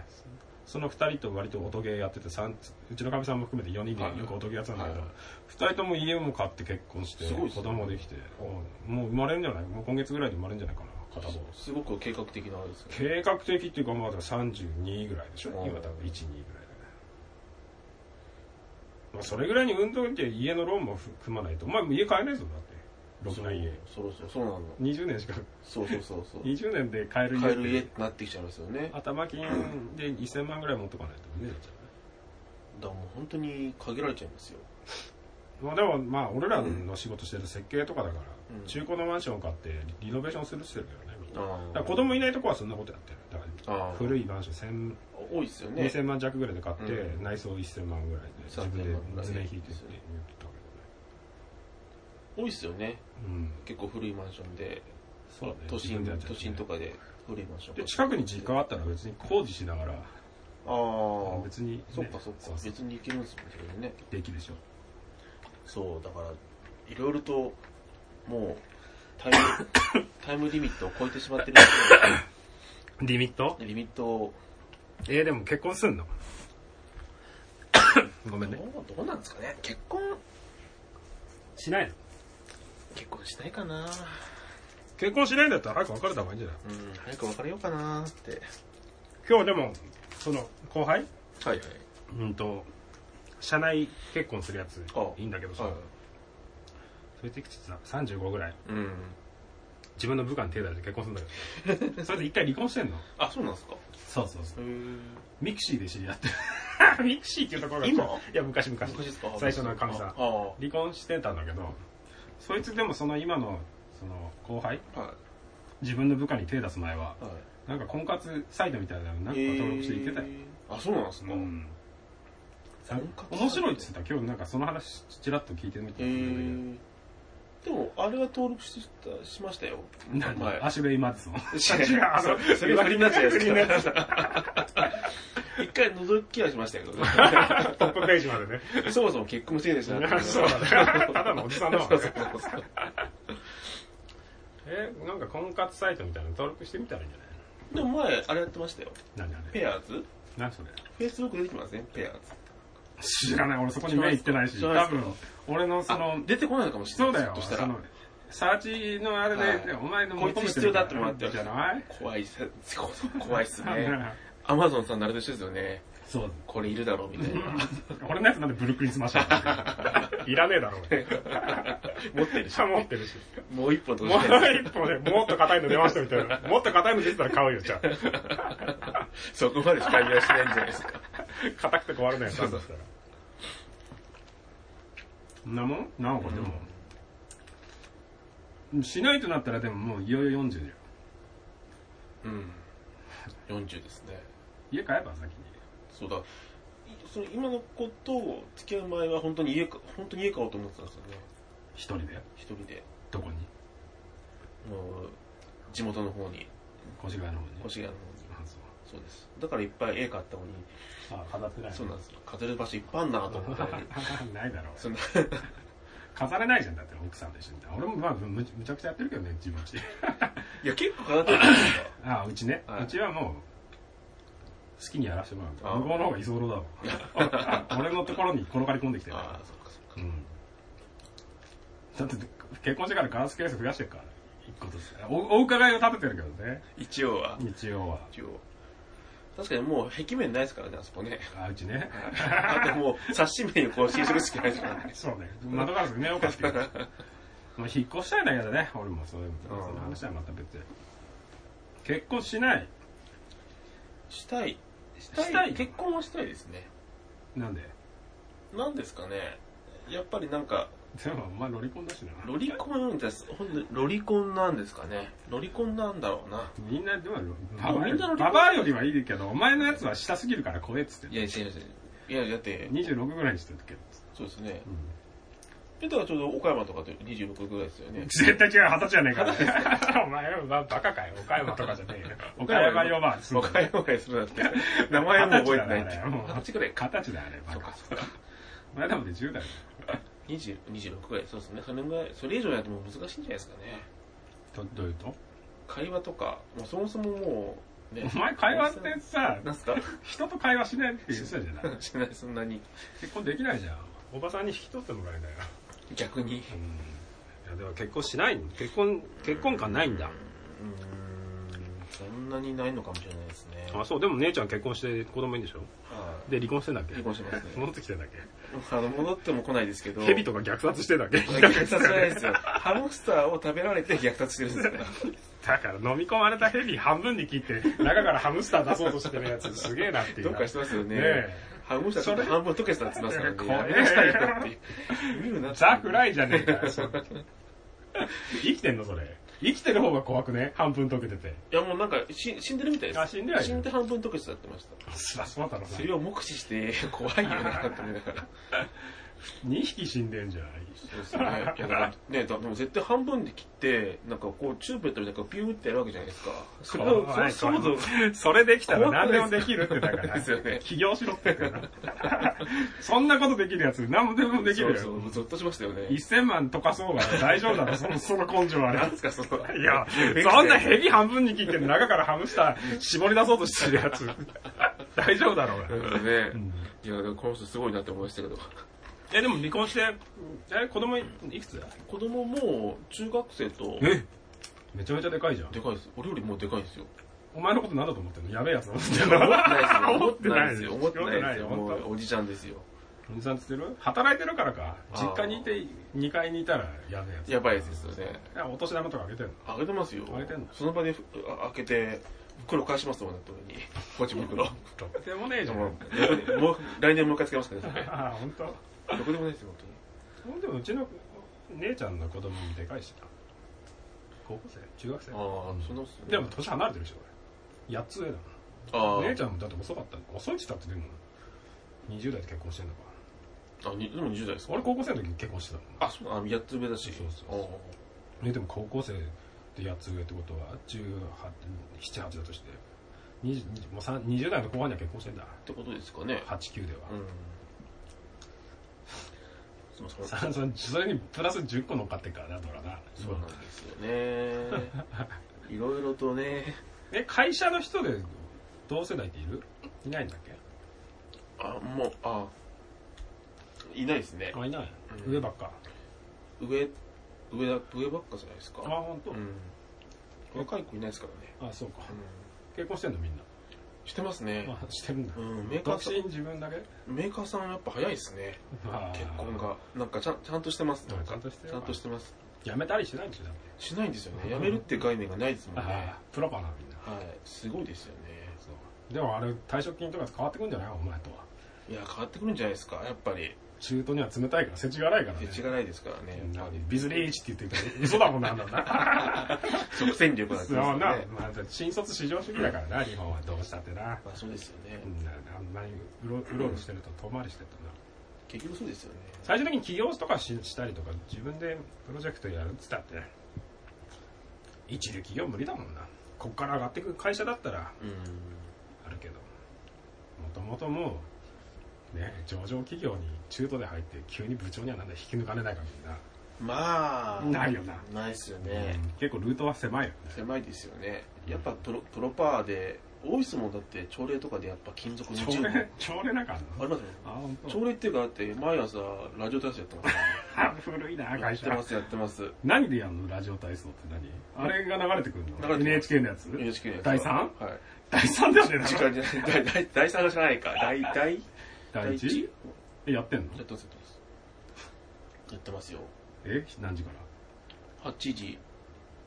B: その2人と割と音ゲーやってて三うちのかみさんも含めて4人で
A: はい
B: よく音ゲーやってたんだけど、
A: はい
B: 2人とも家も買って結婚して
A: すごいっす
B: 子
A: ね
B: 供もできてうんもう生まれるんじゃないもう今月ぐらいで生まれるんじゃないかな片方
A: すごく計画的なあれですね。
B: 計画的っていうかまだ32ぐらいでしょ
A: うん
B: 今多分12ぐらいだねまあそれぐらいに運動って家のローンもふ組まないとお前もう家買えないぞだってろくな家
A: そうそろそろそうなの
B: 20年しか
A: そうそうそう
B: [LAUGHS]
A: そう
B: 20年で買える家
A: 買え
B: っ
A: る家っててなってきちゃいますよねだか
B: 頭金で1000万ぐらい持っとかないとね
A: らもう本当に限られちゃいますよ
B: まあでもまあ俺らの仕事してる設計とかだから、
A: うん
B: 中古のマンションを買ってリノベーションするしてるけどねみんなだ
A: あ
B: から子供いないとこはそんなことやってるだか
A: あ
B: ら
A: 古
B: 古いマンション
A: 多いっすよ
B: 1000
A: ね
B: 2000万弱ぐらいで買って、
A: う
B: 内装1000万ぐらいで自分
A: 3000万ぐ
B: で
A: らい
B: 図面引いてって言ってた
A: 多いっすよね
B: けどねうん
A: 結構古いマンションで
B: そうだね
A: 都
B: 自分
A: 心
B: でやっちゃっ
A: 都
B: てね
A: 心とかで古いマンション
B: で近くに実家あったら別に工事しながら
A: ああ
B: 別にね、
A: そっかそっ
B: そう
A: か
B: そう
A: 別に行けるんですもんそれでね
B: できるでしょ
A: そうだからいろいろともうタイム
B: [LAUGHS]
A: タイムリミットを超えてしまってるんで
B: リミッ [LAUGHS] ト
A: リミットを
B: えー、でも結婚すんの [COUGHS] ごめん
A: ど
B: ね。
A: うどうなんですかね結婚
B: しないの
A: 結婚しないかな
B: 結婚しないんだったら早く別れた方がいいんじゃない
A: うん早く別れようかなって
B: 今日でも、その、後輩
A: はいはい
B: うんと、社内結婚するやつ
A: あ、
B: いいんだけどさ、
A: はい
B: それっていくつだ ?35 ぐらい。
A: うん
B: 自分の部下に手出して結婚するんだけど。それで一回離婚してんの
A: あそうなんですか
B: そうそうそ
A: へ
B: う。
A: ー
B: ミクシーで知り合って [LAUGHS] る。ミクシーっていうところが。
A: 今
B: いや、昔々。
A: 昔ですか
B: 最初の神
A: あ
B: さ
A: あ
B: 離婚してたんだけど、そいつでもその今の、その、後輩
A: は
B: 自分の部下に手出す前は、
A: いはい
B: なんか婚活サイトみたいなのなんか
A: へー
B: 登録していけたよ。
A: あそうなんですか
B: うん。さ
A: 婚活サイト
B: 面白いって言ってた。今日なんかその話ちらっと聞いてみ
A: へ
B: て。
A: えでもあれは登録してたしましたよ
B: なんか
A: 前
B: アシュレイ・マッツの。
A: [LAUGHS] 違う
B: あの、
A: それ振りになっちゃうやつ
B: 振りになっちゃう
A: 一回覗きはしましたけ
B: [LAUGHS]
A: どね
B: トップページまでね。
A: そもそも結婚してるでしょ
B: [LAUGHS] そうだね。ただのおじさんだもん
A: そうそ
B: ね
A: う。そう
B: え、なんか婚活サイトみたいなの登録してみたらいいんじゃない
A: でも前あれやってましたよ
B: 何あれ
A: ペアーズ [LAUGHS]
B: 何それ
A: フェイスブック出てきますねペアーズ
B: 知らない。俺そこに目いってないし、
A: 知らない
B: 多
A: っすか
B: 分、俺のその
A: あ、出てこないのかもしれ
B: そ
A: な
B: う
A: い
B: だよ
A: ひょっと。した
B: そ
A: ら
B: のサーチのあれで、
A: はい
B: お前の
A: こいつ必要だってもらって
B: るじゃない
A: 怖いっす怖い [LAUGHS]
B: [LAUGHS]
A: っすねアマゾンさんなると一緒ですよね
B: そう。
A: これいるだろうみたいな
B: 俺のやつなんでブルックリンスマッシュなんだよいらねえだろ、俺。
A: 持ってるし
B: 持ってるし。
A: もう一歩
B: も
A: と
B: う
A: して
B: 一歩ね、もっと硬いの出ましたみたいな。もっと硬いの出てたら買うよ、じゃあ。
A: そこまで深入りはしないんじゃないですか
B: 硬くて壊れないやつ
A: そうそう
B: ら。そんなもんなんかでも、しないとなったらでももういよいよ40じゃん。
A: うん40ですね
B: 家買えば先に。
A: そうだいその今の子と付き合う前は本当に家か本当に家買おうと思ってたんですよね
B: 一人で
A: 一人で
B: どこに
A: もう地元の方に
B: 越谷の方に。
A: 星ヶ谷の方に
B: あそう
A: そうですだからいっぱい絵買ったのに
B: あ、飾ってない。
A: そうなんですよ飾れる場所いっぱいあんなと思って
B: [LAUGHS] ないだろう。
A: そんな [LAUGHS]
B: 飾れないじゃん、だって奥さんと一緒に。俺もまあ、むむちゃくちゃやってるけどね、自分
A: [LAUGHS]
B: ち。
A: いや結構飾ってるんですよ
B: ああ、うちね、
A: はいう
B: ちはもう、好きにやらせてもらう
A: ああ
B: 向こうの方が居候だ
A: [LAUGHS]
B: もん。俺のところに転がり込んできてる
A: あ
B: か
A: あそっかそっ
B: ら。
A: か
B: うん。だって、結婚してからガラスケース増やしてるから、一個ずつ。おお伺いを立ててるけどね、
A: 一応は
B: 一応は。
A: 一応確かにもう壁面ないですからねあそこね
B: ああ、うちね。
A: あともう冊子面にこう侵食しかないですからね
B: [LAUGHS] そうね、窓ガラス埋めようかっていう。
A: [LAUGHS]
B: まあ、引っ越したいんだけどね、俺もそういうの、
A: うん
B: その話はまた別で。結婚しない。
A: したいしたい
B: したい
A: 結婚はしたいですね
B: なんで
A: なんですかねやっぱりなんか
B: でも、まあ、ロリコンだしな。
A: ロリコンですほんとロリコンなんですかねロリコンなんだろうな
B: みんな、でも、ババア
A: み
B: よ
A: んなロ
B: り
A: リコン
B: ババアよりはいいけど、お前のやつは下すぎるから怖えっつってん
A: いや
B: の。
A: いやいやいやいやだって
B: 26ぐらいにしてるけど。
A: そうですね
B: うん
A: ペトはちょうど岡山とかと26ぐらいですよね
B: 絶対違う、二十歳じゃねえ [LAUGHS] から。お前、まあ、バカかよ。岡山とかじゃねえよ。岡山呼ばわりすん
A: 岡山ぐらいするなんて名前も覚えてないって
B: 二十歳だねあれもう
A: 二十歳ぐらいか
B: 二十歳だ、あれ、バ
A: そう
B: カ
A: か。そうか
B: お前でもね、10代だよ。
A: 20 26ぐらいそうですねそれぐらいそれ以上やっても難しいんじゃないですかね
B: どどういうと
A: 会話とかもうそもそももうね
B: お前、会話ってさ、
A: なんすか
B: 人と会話しないって言ってたじゃない。
A: しないそんなに
B: 結婚できないじゃんおばさんに引き取ってもらえないよ
A: 逆に
B: いやでも結婚しない結婚結婚感ないんだ
A: うーんそんなにないのかもしれないですね。
B: あそうでも姉ちゃん結婚して子供いいんでしょ
A: はい
B: で離婚してんだっけ
A: 離婚してますね。
B: 戻ってきてんだっけ
A: あの、戻っても来ないですけど。
B: 蛇とか虐殺してんだっけ
A: 虐殺されないですよ。ハムスターを食べられて虐殺してるんですから。
B: だから飲み込まれた蛇半分に切って中からハムスター出そうとしてるやつすげえなっていう
A: どっかしてますよね。
B: ねえ
A: ハムスターちょっと半分溶けてたって言ってますからね。
B: 怖いね
A: やめなさいよっていう。見るなって
B: ザ・フライじゃね
A: [LAUGHS]
B: えかよそんな生きてんのそれ生きてる方が怖くね半分溶けてて
A: いやもうなんかし死んでるみたいです。
B: あ死んではいる
A: 死んで半分溶けてたって言ってました。
B: そりゃそうだろうな
A: それを目視して怖いよなって思いながら。
B: 2匹死んでんじゃない
A: そうですね。いやだからね、だでも絶対半分で切って、なんかこうチューブやったりなんかピューってやるわけじゃないですか。それを、それを想像
B: それできたら何でもできるってだか
A: [LAUGHS]
B: ら。
A: ですよね
B: 起業しろっ
A: [LAUGHS]
B: て言うからそんなことできるやつ何でもできるよ。
A: そうそう、ゾッとしましたよね。
B: 1000万とかそうが大丈夫だろ、その [LAUGHS] その根性あれ
A: なん。ですか、その。
B: いや、そんなヘビ半分に切って中からハムスター絞り出そうとしてるやつ。 [LAUGHS] 大丈夫だろうが
A: な。んかね、いや、でもこの人すごいなって思いましたけど。
B: え、でも離婚して、え、子供いくつだ
A: 子供も中学生と、
B: えめちゃめちゃでかいじゃん
A: で。かいです。俺よりもうでかいですよ。
B: お前のこと何だと思ってんのやべえやつだと思ってん [LAUGHS] の
A: 思ってないですよ。思
B: 思
A: っ
B: って
A: てない
B: な
A: で
B: い
A: すよ。
B: よ、本
A: も
B: 当
A: うおじちゃんですよ。
B: おじさんつってる働いてるからか。
A: あ
B: 実
A: ー
B: 家にいて、2階にいたらやべえやつ。
A: やばいやつですよね。
B: いやお年玉とかあげてんの
A: あげてますよ
B: あげてんの。
A: その場でふあ開けて、袋返しますもん、だって俺に。ポチ袋。も
B: とってもねえじゃ [LAUGHS] ん。
A: うもう、来年もう一回つけますからね。
B: ああ、ほんと。
A: どこでもないですよ、
B: ほんでもうちの姉ちゃんの子供もでかいしな。高校生中学生
A: 本当に。ああ、そんなこと
B: でも、年離れてるでしょ、俺。8つ上だ
A: あ
B: も
A: あ
B: ん。姉ちゃんもだって遅かったの。遅いって言ったってでも、20代で結婚してんのか。
A: あ、にでも20代ですか
B: 俺高校生の時に結婚してたもん。
A: あ、そうあ、8つ上だし。
B: そうそうそうえでも高校生で8つ上ってことは178だとして 20, もう3 20代の後半には結婚してんだ
A: ってことですかね。
B: 89では、 [LAUGHS]
A: うん。そもそも
B: さそれそれにプラス10個乗っかってっからなとかな
A: そうなんですよ
B: [LAUGHS]
A: ね。いろいろとね、
B: え会社の人で同世代っているいないんだっけ
A: あ、もう、あ、いないですね。
B: あいない、
A: うん
B: 上ばっか
A: 上、上だ、上ばっかじゃないです
B: あ
A: か。
B: 本当、
A: うん。若い子いないですからね。
B: あそう
A: う
B: か
A: ん
B: 結婚してんのみんな、
A: してますね。
B: あしてるんだ、
A: うん、メーカ
B: 独
A: ーさ
B: 身自分だけ
A: ん、メーカーさんはやっぱ早いですね。
B: まあ
A: 結婚が。なんかちゃん、ちゃんとしてます。なんか
B: ちゃんとしてる
A: ちゃんとしてます。
B: 辞めたりしないんでしょだって
A: しないんですよね。辞めるっていう概念がないですもんね。は。
B: あプロパなみんない
A: すごいですよね。
B: そうでもあれ退職金とか変わってくんじゃないお前とはい
A: や、変わってくるんじゃないですか。やっぱり。
B: 中東には冷たいから、世知辛いからね。
A: 手がないですからね。やっぱり。
B: ビズリーチって言ってるけど、嘘だもんなん
A: [LAUGHS]
B: だな。
A: 即戦力なんです
B: そ
A: よ
B: うな
A: ね。。
B: まあ、新卒至上主義だからな、日本はどうしたってな。
A: まあそうですよね
B: う。んあんなにうろうろうろしてると遠回りしてるとな。
A: 結局そうですよね。
B: 最終的に起業とかししたりとか、自分でプロジェクトやるって言ったって、一流企業無理だもんな。こっから上がってく会社だったら、
A: うん。
B: あるけどもともともうね上場企業に中途で入って急に部長にはなんだ引き抜かれないから
A: まあ
B: みんなないよな、
A: ないっすよね
B: うん結構ルートは狭いよね
A: 狭いですよねやっぱプロプロパーで多いっすもんだって朝礼とかでやっぱ金属の
B: 朝
A: チューブ
B: 礼朝礼なんかある
A: あ
B: の
A: りますよね
B: あ本当
A: 朝礼っていうかだって毎朝ラジオ体操やってますね
B: あ古いな
A: や
B: [LAUGHS] 会
A: って
B: 社
A: ますやってます
B: 何でやるのラジオ体操って何あれが流れてくる
A: 流
B: の
A: れてくる
B: NHK のやつ
A: NHK のやつ
B: 第 3?
A: はい
B: 第3だよねだ
A: 時
B: から
A: 間じゃない [LAUGHS] 第第第3じゃないか第第
B: 第
A: 一や
B: 1? えやってんの
A: ってますやってますやってますよ
B: え何時から
A: 8時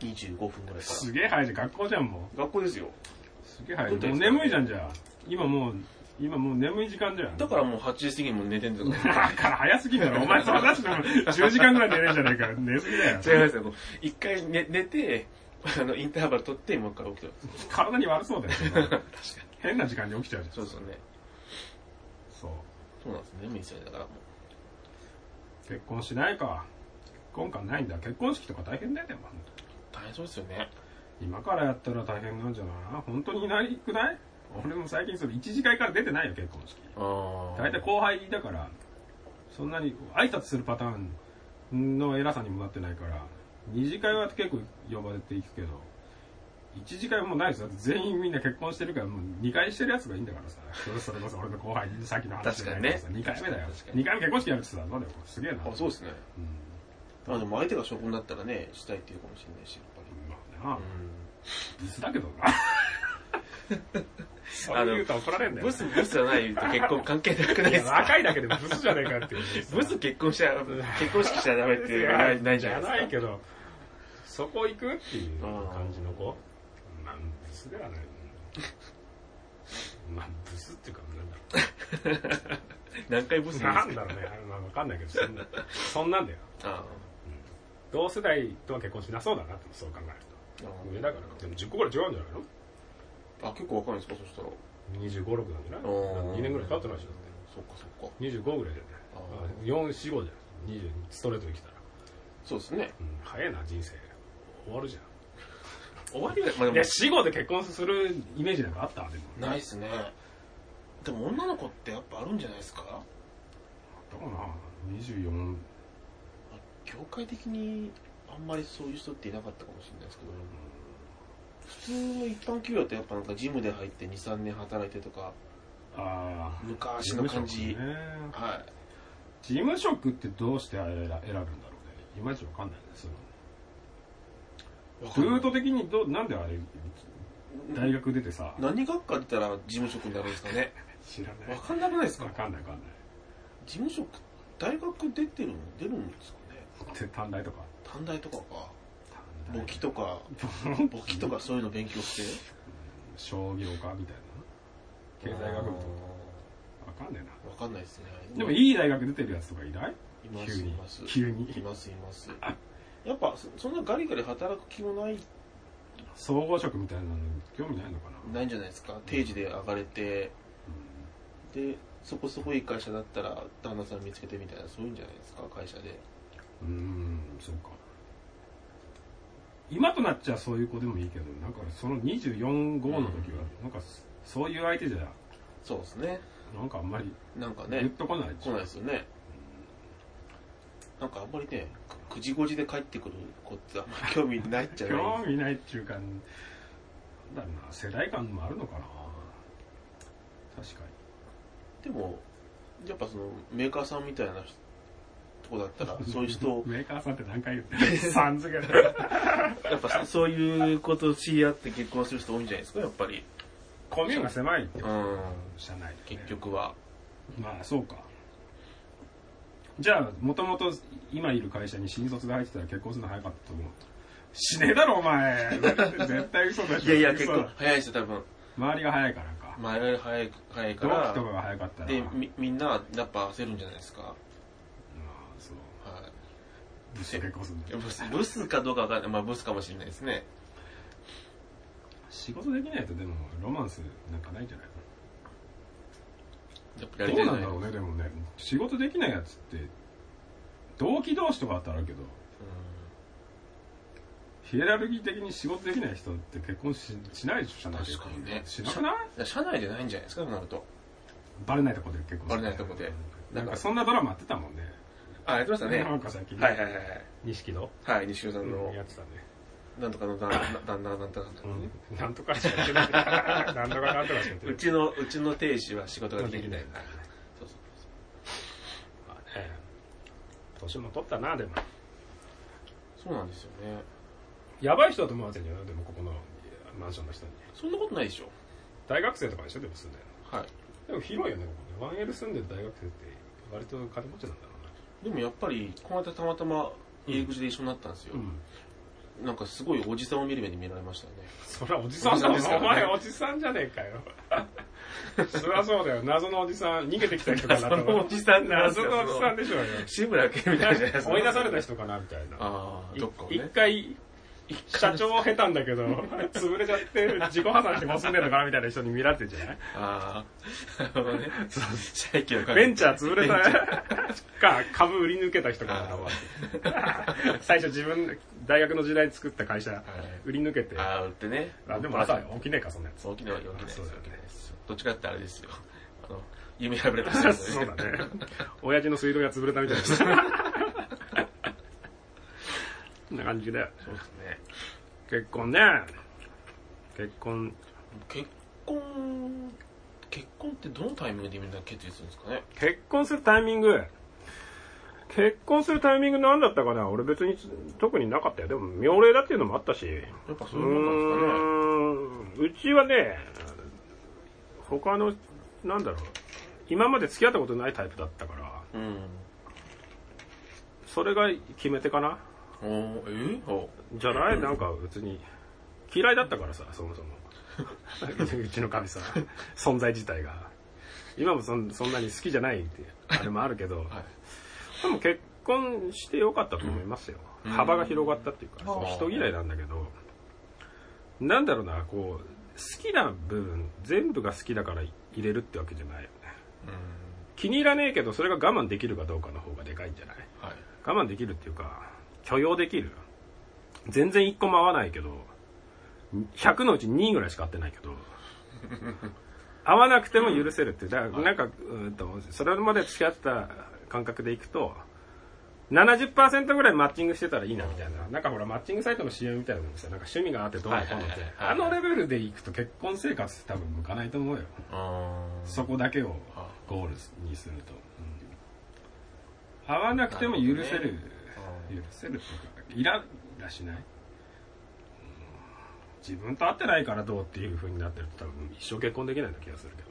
A: 25分ぐらいか
B: すげえ早いじゃん学校じゃんも
A: ら学校ですよ
B: うすげえ早い
A: どう
B: も
A: や
B: う
A: ってやるんですか
B: 眠いじゃんじゃあ今もう今もう眠い時間じゃん
A: だからもう8時過ぎにもう寝てんだ
B: [LAUGHS]
A: か
B: だ
A: ら
B: から早すぎだろお前その話しても10時間ぐらい寝れんじゃねえか寝すぎだよ
A: 違いますよもう一回寝寝てあのインターバル取ってもう一回起きてます
B: 体に悪そうだよそんなの変な時間に起きちゃうじゃん
A: そうですよね
B: そう
A: そうなんですねミスだからもう
B: 結婚しないか今回ないんだ結婚式とか大変だよでも
A: 大変そうですよね
B: 今からやったら大変なんじゃない本当にいないくない俺も最近それ一次会から出てないよ結婚式
A: あ
B: 大体後輩だからそんなに挨拶するパターンの偉さにもなってないから二次会は結構呼ばれていくけど一次会はもうないですよだって全員みんな結婚してるからもう二回してるやつがいいんだからさそれそれこそ俺の後輩さっきの話じゃないけどさ
A: 確かに
B: 二
A: ね
B: 回目だよ
A: 確かに
B: 二回目結婚式やるってさどうだよすげえな
A: あそうですね
B: うん
A: まあでも相手が職になったらねしたいっていうかもしれないしやっぱり
B: まあなブスだけどな
A: [LAUGHS]
B: そう言うと怒られるんだよ
A: ブス、ブスじゃないと結婚関係なくない
B: い
A: で
B: や
A: すか
B: 若いだけでブスじゃねえかっていう
A: ブス結婚しちゃ、結婚式しちゃダメっていうのはないじゃないですか。
B: けど、そこ行くっていう感じの子。まあ、ブスではない。まあ、ブスっていうか、なんだ
A: 何回ブス言うんで [LAUGHS] すか
B: ろう。なんだろうね。まあ、わかんないけど、そんな、そんなんだよ。
A: あ
B: 同世代とは結婚しなそうだなって、そう考えると。上だから。でも10個ぐらい違うんじゃないの
A: ああ、結構若いんですかそしたら。
B: ?25、6なんじゃない
A: うん
B: ?2 年ぐらい経ってないでしょ。
A: そっかそっか。
B: 25ぐらいじゃ
A: あ
B: ない ?4、4、5じゃん。22、ストレートに来たら。
A: そうですね。
B: うん、早いな、人生。終わるじゃん。
A: 終わりは、まあで
B: い
A: も
B: や、、死後で結婚するイメージなんかあったでも。
A: ないっすね。でも女の子ってやっぱあるんじゃないですか
B: どうかな24
A: 業界的にあんまりそういう人っていなかったかもしれないですけど、普通の一般企業だとやっぱなんかジムで入って2、3年働いてとか、
B: ああ
A: 昔の感じ。はい。
B: 事務職ってどうして選ぶんだろうねいまいちわかんないです
A: わかんない
B: ルート的にどうなんであれ大学出てさ
A: 何学科出たら事務職になるんですかね
B: 知ら
A: わかんなくないですか
B: わかんないわかんない
A: 事務職大学出てるの出るんですかね
B: って短大とか
A: 短大とかか
B: 短
A: 簿
B: 大
A: 記とか簿記とかそういうの勉強して
B: 商業科みたいな経済学部とかわかんね
A: わかんないですね
B: えなでもいい大学出てるやつとかいない
A: いま
B: 急
A: すい
B: に
A: ます
B: 急
A: い
B: に
A: ますいますやっぱそそんなガリガリ働く気もない
B: 総合職みたいなの興味ないのかな
A: ないんじゃないですか定時で上がれてでそこそこいい会社だったら旦那さん見つけてみたいなそういうんじゃないですか会社で
B: うーんそうか今となっちゃそういう子でもいいけどなんかその24号の時はなんかそそういう相手じゃ
A: そうですね
B: なんかあんまり
A: なんか
B: グ
A: ね
B: ッとこない
A: 来ないですよねなんかあんまりねく9時5時で帰ってくる子ってあんまり興味ないっちゃない
B: [LAUGHS] 興味ないっていうかなんだろうな世代間もあるのかな確か
A: でもやっぱそのメーカーさんみたいな人とこだったらそういう
B: [LAUGHS]
A: 人
B: にメーカーさんって何回言って
A: [LAUGHS]
B: るさん付けだ
A: やっぱそそういうことを知り合って結婚する人多いんじゃないですかやっぱり
B: コミュが狭いって
A: うん
B: 社内でね
A: 結局は
B: まあそうかじゃあもともと今いる会社に新卒で入ってたら結婚するの早かったと思うしねえだろ
A: [LAUGHS]
B: お前絶対嘘だし
A: いやいや結
B: 嘘
A: 構
B: だ
A: 早いですよ多分
B: 周りが早いからか
A: 前より早い早いか
B: 同期
A: ら
B: とかが早かったら
A: で
B: ま
A: みみんなやっぱ焦るんじゃないですかは
B: あそう
A: い
B: ブスと結婚するん
A: い
B: だ
A: や
B: よ
A: ブスブスかどうかわかんないまあブスかもしれないですね
B: 仕事できないとでもロマンスなんかないんじゃない
A: やっぱやり
B: ど
A: たい
B: うなんだろうねでもね仕事できないやつって同期同士とかだったらあるけど
A: う
B: ヒエラルギー的に仕事できない人って結婚ししないでしょ、社内で。
A: 確かにね
B: しなくない
A: ら社内じゃないんじゃないですか、そうなると。
B: バレないとこで結婚
A: バレないとこで。
B: なんかそんなドラマやってたもんね。
A: あ、やってましたね。
B: な
A: は
B: んか最近。
A: いはいはいはい。
B: 錦戸
A: はい、西尾さんの
B: や、ってたね。
A: なんとかの旦那、旦那、なんとかのね。
B: なんとかしかやってない。なんとかなんとかしかやってな
A: う
B: い。
A: ちの、うちの亭主は仕事ができないな。そうそう
B: まあね年も取ったな、でも。
A: そう。そうなんですよね。
B: やばい人だと思わせんじゃないでもここのマンションの人に。
A: そんなことないでしょ。
B: 大学生とかでしょ、でも住んでる
A: はい。
B: の。でも広いよね、ここね。1L 住んでる大学生って割と金持ちなんだろ
A: でもやっぱり、この間たまたま入り口で一緒になったんですよ
B: うな。う。ん。
A: なんかすごいおじさんを見る目に見られましたよね。
B: そりゃおじさんだも
A: おじさんですか
B: ん。
A: ら
B: お
A: ね
B: 前おじさんじゃねえかよ。 [LAUGHS] そりゃそうだよ。謎のおじさん、逃げてきた人かなと思う。
A: じさん
B: 謎のおじさんでしょうよ。
A: 志村けんみたいじゃないですか。
B: 追い出された人かなみたいな。
A: ああ、
B: い
A: どっかを
B: 一
A: ね。
B: 回、社長下手なんだけど、潰れちゃって、自己破産してもう住んでるのかなみたいな人に見られてんじゃない
A: ああ、なるほどね。社益をかけて
B: ベンチャー潰れたか、株売り抜けた人かな
A: あ [LAUGHS]
B: 最初自分、大学の時代に作った会社、売り抜けて。
A: ああ、売ってね。
B: あでも朝起きねえか、そんなやつ。
A: そう、沖縄はよくないです
B: そう
A: よ
B: だよね。
A: どっちかってあれですよ。あの、夢破れた人です
B: そうだね。親父の水道が潰れたみたいな。こんな感じで。
A: そうですね。
B: 結婚ね。結婚、
A: 結婚、結婚ってどのタイミングでみんな決意するんですかね。
B: 結婚するタイミング。結婚するタイミング何だったかな俺別に特になかったよ。でも、妙齢だっていうのもあったし。
A: やっぱ
B: う
A: そういうもんなんで
B: ーん、うちはね、他の、なんだろう。今まで付き合ったことないタイプだったから、
A: すかね。
B: それが決め手かな
A: うん。おーえーお
B: じゃないなんか別に嫌いだったからさそも [LAUGHS] そもうちの神さん存在自体が今もそんそんなに好きじゃないってあれもあるけど、
A: はい
B: でも結婚してよかったと思いますよ、
A: うん
B: 幅が広がったっていうか、
A: ん
B: そう人嫌いなんだけどなんだろうなこう好きな部分全部が好きだから入れるってわけじゃないよね
A: うん。
B: 気に入らねえけどそれが我慢できるかどうかの方がでかいんじゃない
A: はい。
B: 我慢できるっていうか、許容できる。全然一個も合わないけど、100のうち2ぐらいしか合ってないけ
A: [LAUGHS]
B: ど、合わなくても許せるっていう。だから、なんか、うーんと、それまで付き合ってた感覚でいくと、70%ぐらいマッチングしてたらいいなみたいな。なんかほら、マッチングサイトの CM みたいなのもさ、なんか趣味があってどうのこうのっ
A: はい
B: て
A: はいはい。はい
B: あのレベルでいくと結婚生活って多分向かないと思うよ。
A: あ
B: そこだけを
A: あ。あ
B: ゴールにすると、合わなくても許せる
A: うん
B: 許せるっていうかイライラしない、うん自分と合ってないからどうっていう風になってると多分一生結婚できないような気がするけど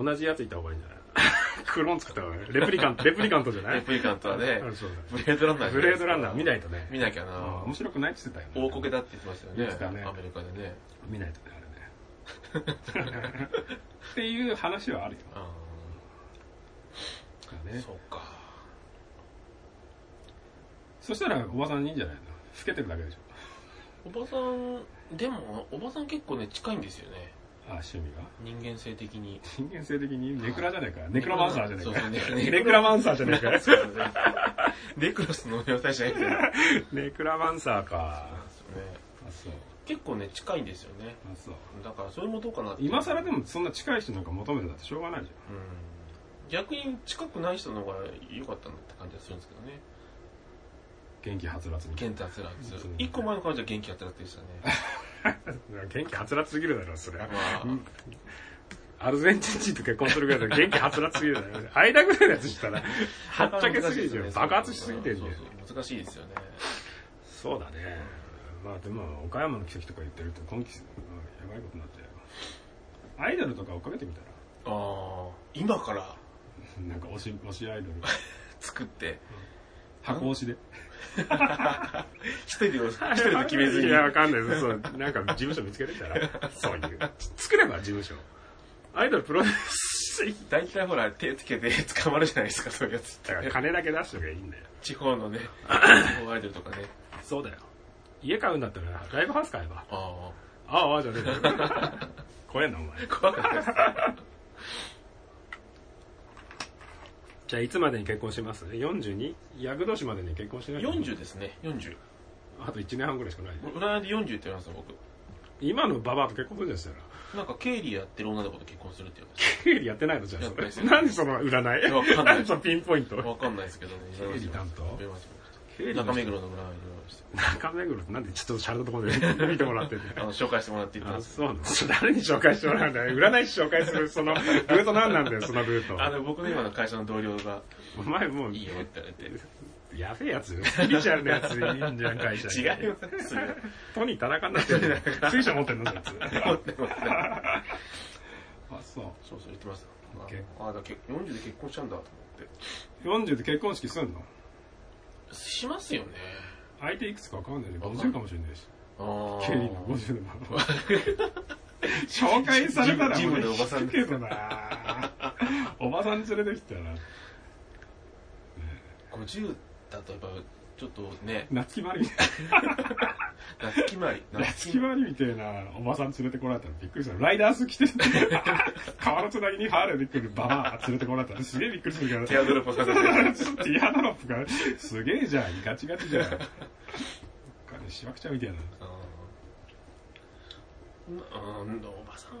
A: う
B: 同じやついた方がいいんじゃない [LAUGHS] クローン作った方がいいレプリ
A: [LAUGHS]
B: カントレプリカントじゃ
A: ん。
B: な
A: レ
B: い
A: プリカントはね
B: あ、るそうだ
A: ブレードランナー。
B: ブレードランナー見ないとね
A: 見なきゃ
B: うん
A: な。
B: 面白くないって言ってたよ
A: 大こけだって言ってましたよね。
B: 言ってたね
A: アメリカでね。
B: 見ないとねあれね [LAUGHS] っていう話はあるよ
A: ああ、
B: ね
A: そうか。
B: そしたらおばさんにいいんじゃないの老けてるだけでしょ
A: おばさん、でも、おばさん結構ね、近いんですよね。
B: あ趣味が
A: 人間性的に。
B: 人間性的にネクラじゃねえか。ネクロマンサーじゃね
A: そうそう
B: え
A: ね
B: か。ネクラマンサーじゃねえか。
A: そうですね [LAUGHS] ネクロスの要塞じゃないけど。
B: [LAUGHS] ネクラマンサーか。
A: ね
B: あ、そう。
A: 結構ね、近いんですよね。
B: あ、そう。
A: だから、それもどうかなって
B: 今更でもそんな近い人なんか求めてたってしょうがないじゃ
A: うん。逆に近くない人の方が良かったなって感じはするんですけどね。
B: ん。元気はつらつに。
A: 元気はつらつ
B: そう。
A: 一個前の彼女は元気はつらつでしたね。
B: 元気はつらつすぎるだろ、それ
A: ま
B: は。
A: あ、
B: [LAUGHS] アルゼンチン人と結婚するぐ [LAUGHS] らいだから元気はつらつすぎるだろ。間ぐらいのやつしたら、 [LAUGHS] はっちゃけすぎるじゃん。爆発しすぎてんじゃん
A: そう。そう難しいですよね。
B: そうだね。まあでも、岡山の奇跡とか言ってると今季、うんやばいことになっちゃうよ。アイドルとか追っかけてみたら。
A: ああ、今から
B: なんか推し、推しアイドル。
A: 作って、
B: 箱推しで。
A: 一人で、一人で決めずに。
B: [LAUGHS] いや、わかんないです。そう、なんか事務所見つけてきた [LAUGHS] ら、そういう。作れば事務所。アイドルプロデュース行っ
A: 大体ほら、手つけて捕まるじゃないですか、そういうやつって
B: たら金だけ出しとけばいいんだよ。
A: 地方の
B: [LAUGHS]
A: ね、地方アイドルとかね。
B: そうだよ。家買うんだったら、ライブハウス買えば。
A: あ
B: ああ、ああ、 [LAUGHS] じゃねえよ。怖えな、お前。
A: あ、怖かったです。
B: じゃあ、いつまでに結婚します ?42? 役年までに結婚しないと
A: 40ですね、40。
B: あと1年半ぐらいしかない。
A: 占いで40って言われました僕
B: 今のババアと結婚するじゃないですか。
A: なんか経理やってる女の子と結婚するって言われまし
B: 経理やってないのじゃあ
A: やってないです
B: そ
A: よ
B: れ。何その占
A: わ
B: い
A: かんない
B: 何そのピンポイント
A: た
B: [LAUGHS]
A: わかんないですけどね
B: 経理担当
A: 言われました
B: 経理の人
A: 中目黒の占いで言われまし
B: 中目黒ってなんでちょっとシャレたところで見てもらってて。
A: たあの紹介してもらって行ったん
B: あ、
A: です
B: そうなんです。 [LAUGHS] 誰に紹介してもらうんだよ。占い師紹介する、その、ルート何なんだよ、そのルート。
A: あの僕の今の会社の同僚が
B: お前もう
A: 「いいよ」って言われて
B: やべえやつよ。スピリチュアルなやついいんじゃん、会社に。
A: 違いますね
B: トニー田中になってる。
A: [LAUGHS]
B: 水車持ってんの、そいつ。
A: 思ってます
B: あ、そ
A: そうそう言ってました
B: 結
A: ああだからけ40で結婚しちゃうんだと思って
B: う。40で結婚式すんの
A: しますよね
B: 相手いくつかわかんないね。
A: わかん
B: 50かもしれないし。
A: ああ
B: ケリーの50でも。
A: [LAUGHS]
B: 紹介されたら
A: ジ
B: も
A: ム
B: う
A: ジムのおばさん
B: 引くけどな。おばさん連れてきたら、
A: 50だとやっぱちょっとね
B: 夏木マリ、
A: 夏決まり
B: 夏木マリみたいなおばさん連れてこられたらびっくりする。ライダース着 [LAUGHS] て、川のつなぎにハーレーで来るババア連れてこられたらすげえびっくりするから。
A: ティアドロップさせて
B: ティアドロップが、すげえじゃん、ガチガチじゃん。なんかね、しわくちゃんみたいな。
A: うんうんおばさんは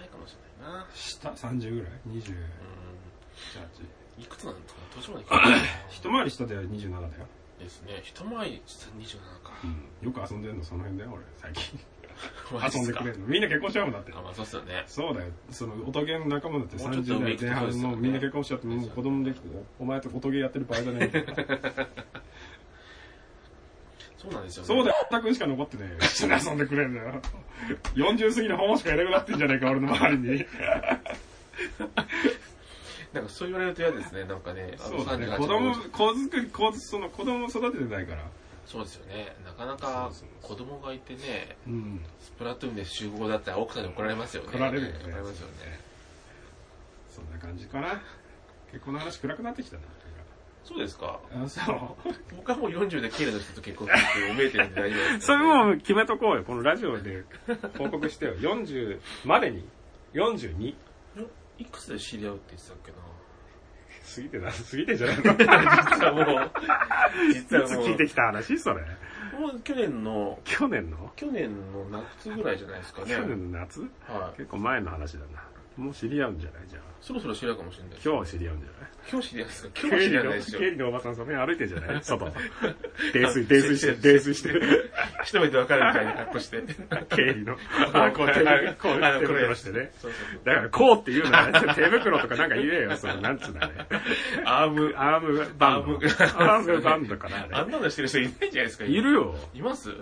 A: ないかもしれないな
B: 下30ぐらい ?28。
A: うんいくつなんですかね年まで聞か
B: [COUGHS]
A: ない
B: 一回り下では27だよ。
A: ですね一回り27か
B: うん。よく遊んでんの、その辺だよ、俺、最近。
A: マジ
B: 遊
A: っ
B: ん
A: す
B: で
A: か
B: くれんの。みんな結婚しちゃうもんだって
A: あ。まあそうっすよね
B: そうだよ。その、音ゲーの仲間だって
A: もうちょっと
B: 30
A: 上
B: 代
A: 行くと
B: 前
A: そうです
B: 半
A: よね
B: のみんな結婚しちゃって、もう子供できて、お前と音ゲーやってる場合じゃない。
A: そうなんですよね
B: そうだよ、全くしか残ってねえよ。一緒に遊んでくれんだよ。40過ぎの本しかいなくなってんじゃねえか、俺の周りに。
A: なんかそう言われると嫌ですねなんかねあの
B: そうだね。
A: 38
B: 子供、子作り、子、その子供を育ててないから。
A: そうですよねなかなか
B: そうそ
A: 子供がいてね
B: うん。
A: スプラトゥーンで集合だったら奥さんに怒られますよね
B: 怒られるよね
A: 怒られますよね
B: そんな感じかな。結婚の話暗くなってきたな。
A: そうですか
B: あ、そう。
A: 僕はもう40で綺麗な人と結婚するって思えてるんで大丈夫です
B: それもう決めとこうよ。このラジオで報告してよ。40までに。42。
A: よいくつで知り合うって言ってたっけ
B: 過ぎてな、過ぎてんじゃ [LAUGHS] ないのい
A: な実はもう実は
B: つ
A: も
B: 聞いてきた話それ。
A: うもう去年の
B: 去年の
A: 去年の夏ぐらいじゃないですかね
B: 去年の夏
A: はい
B: 結構前の話だな。もう知り合うんじゃないじゃあ。
A: そろそろ知り合うかもしれない
B: 今日知り合うんじゃない
A: 今日知り合いですか今
B: 経
A: 日知
B: 理
A: り合い
B: の
A: ないですよ
B: 経理のおばさんその辺歩いてんじゃない [LAUGHS] 外。泥酔、泥酔 [LAUGHS] して、泥酔してる。
A: 一目でわかるみたいな格好して
B: 経理の。 [LAUGHS] あ、こう、手袋こう、手袋してね。
A: そうそう
B: だから、こうって言うなら、手袋とかなんか言えよ、その、なんつうのね。
A: アーム
B: アームバンド。アームバンドかな、
A: あ
B: あ
A: んなのしてる人いないんじゃないですか
B: れ
A: 今
B: いるよ。
A: います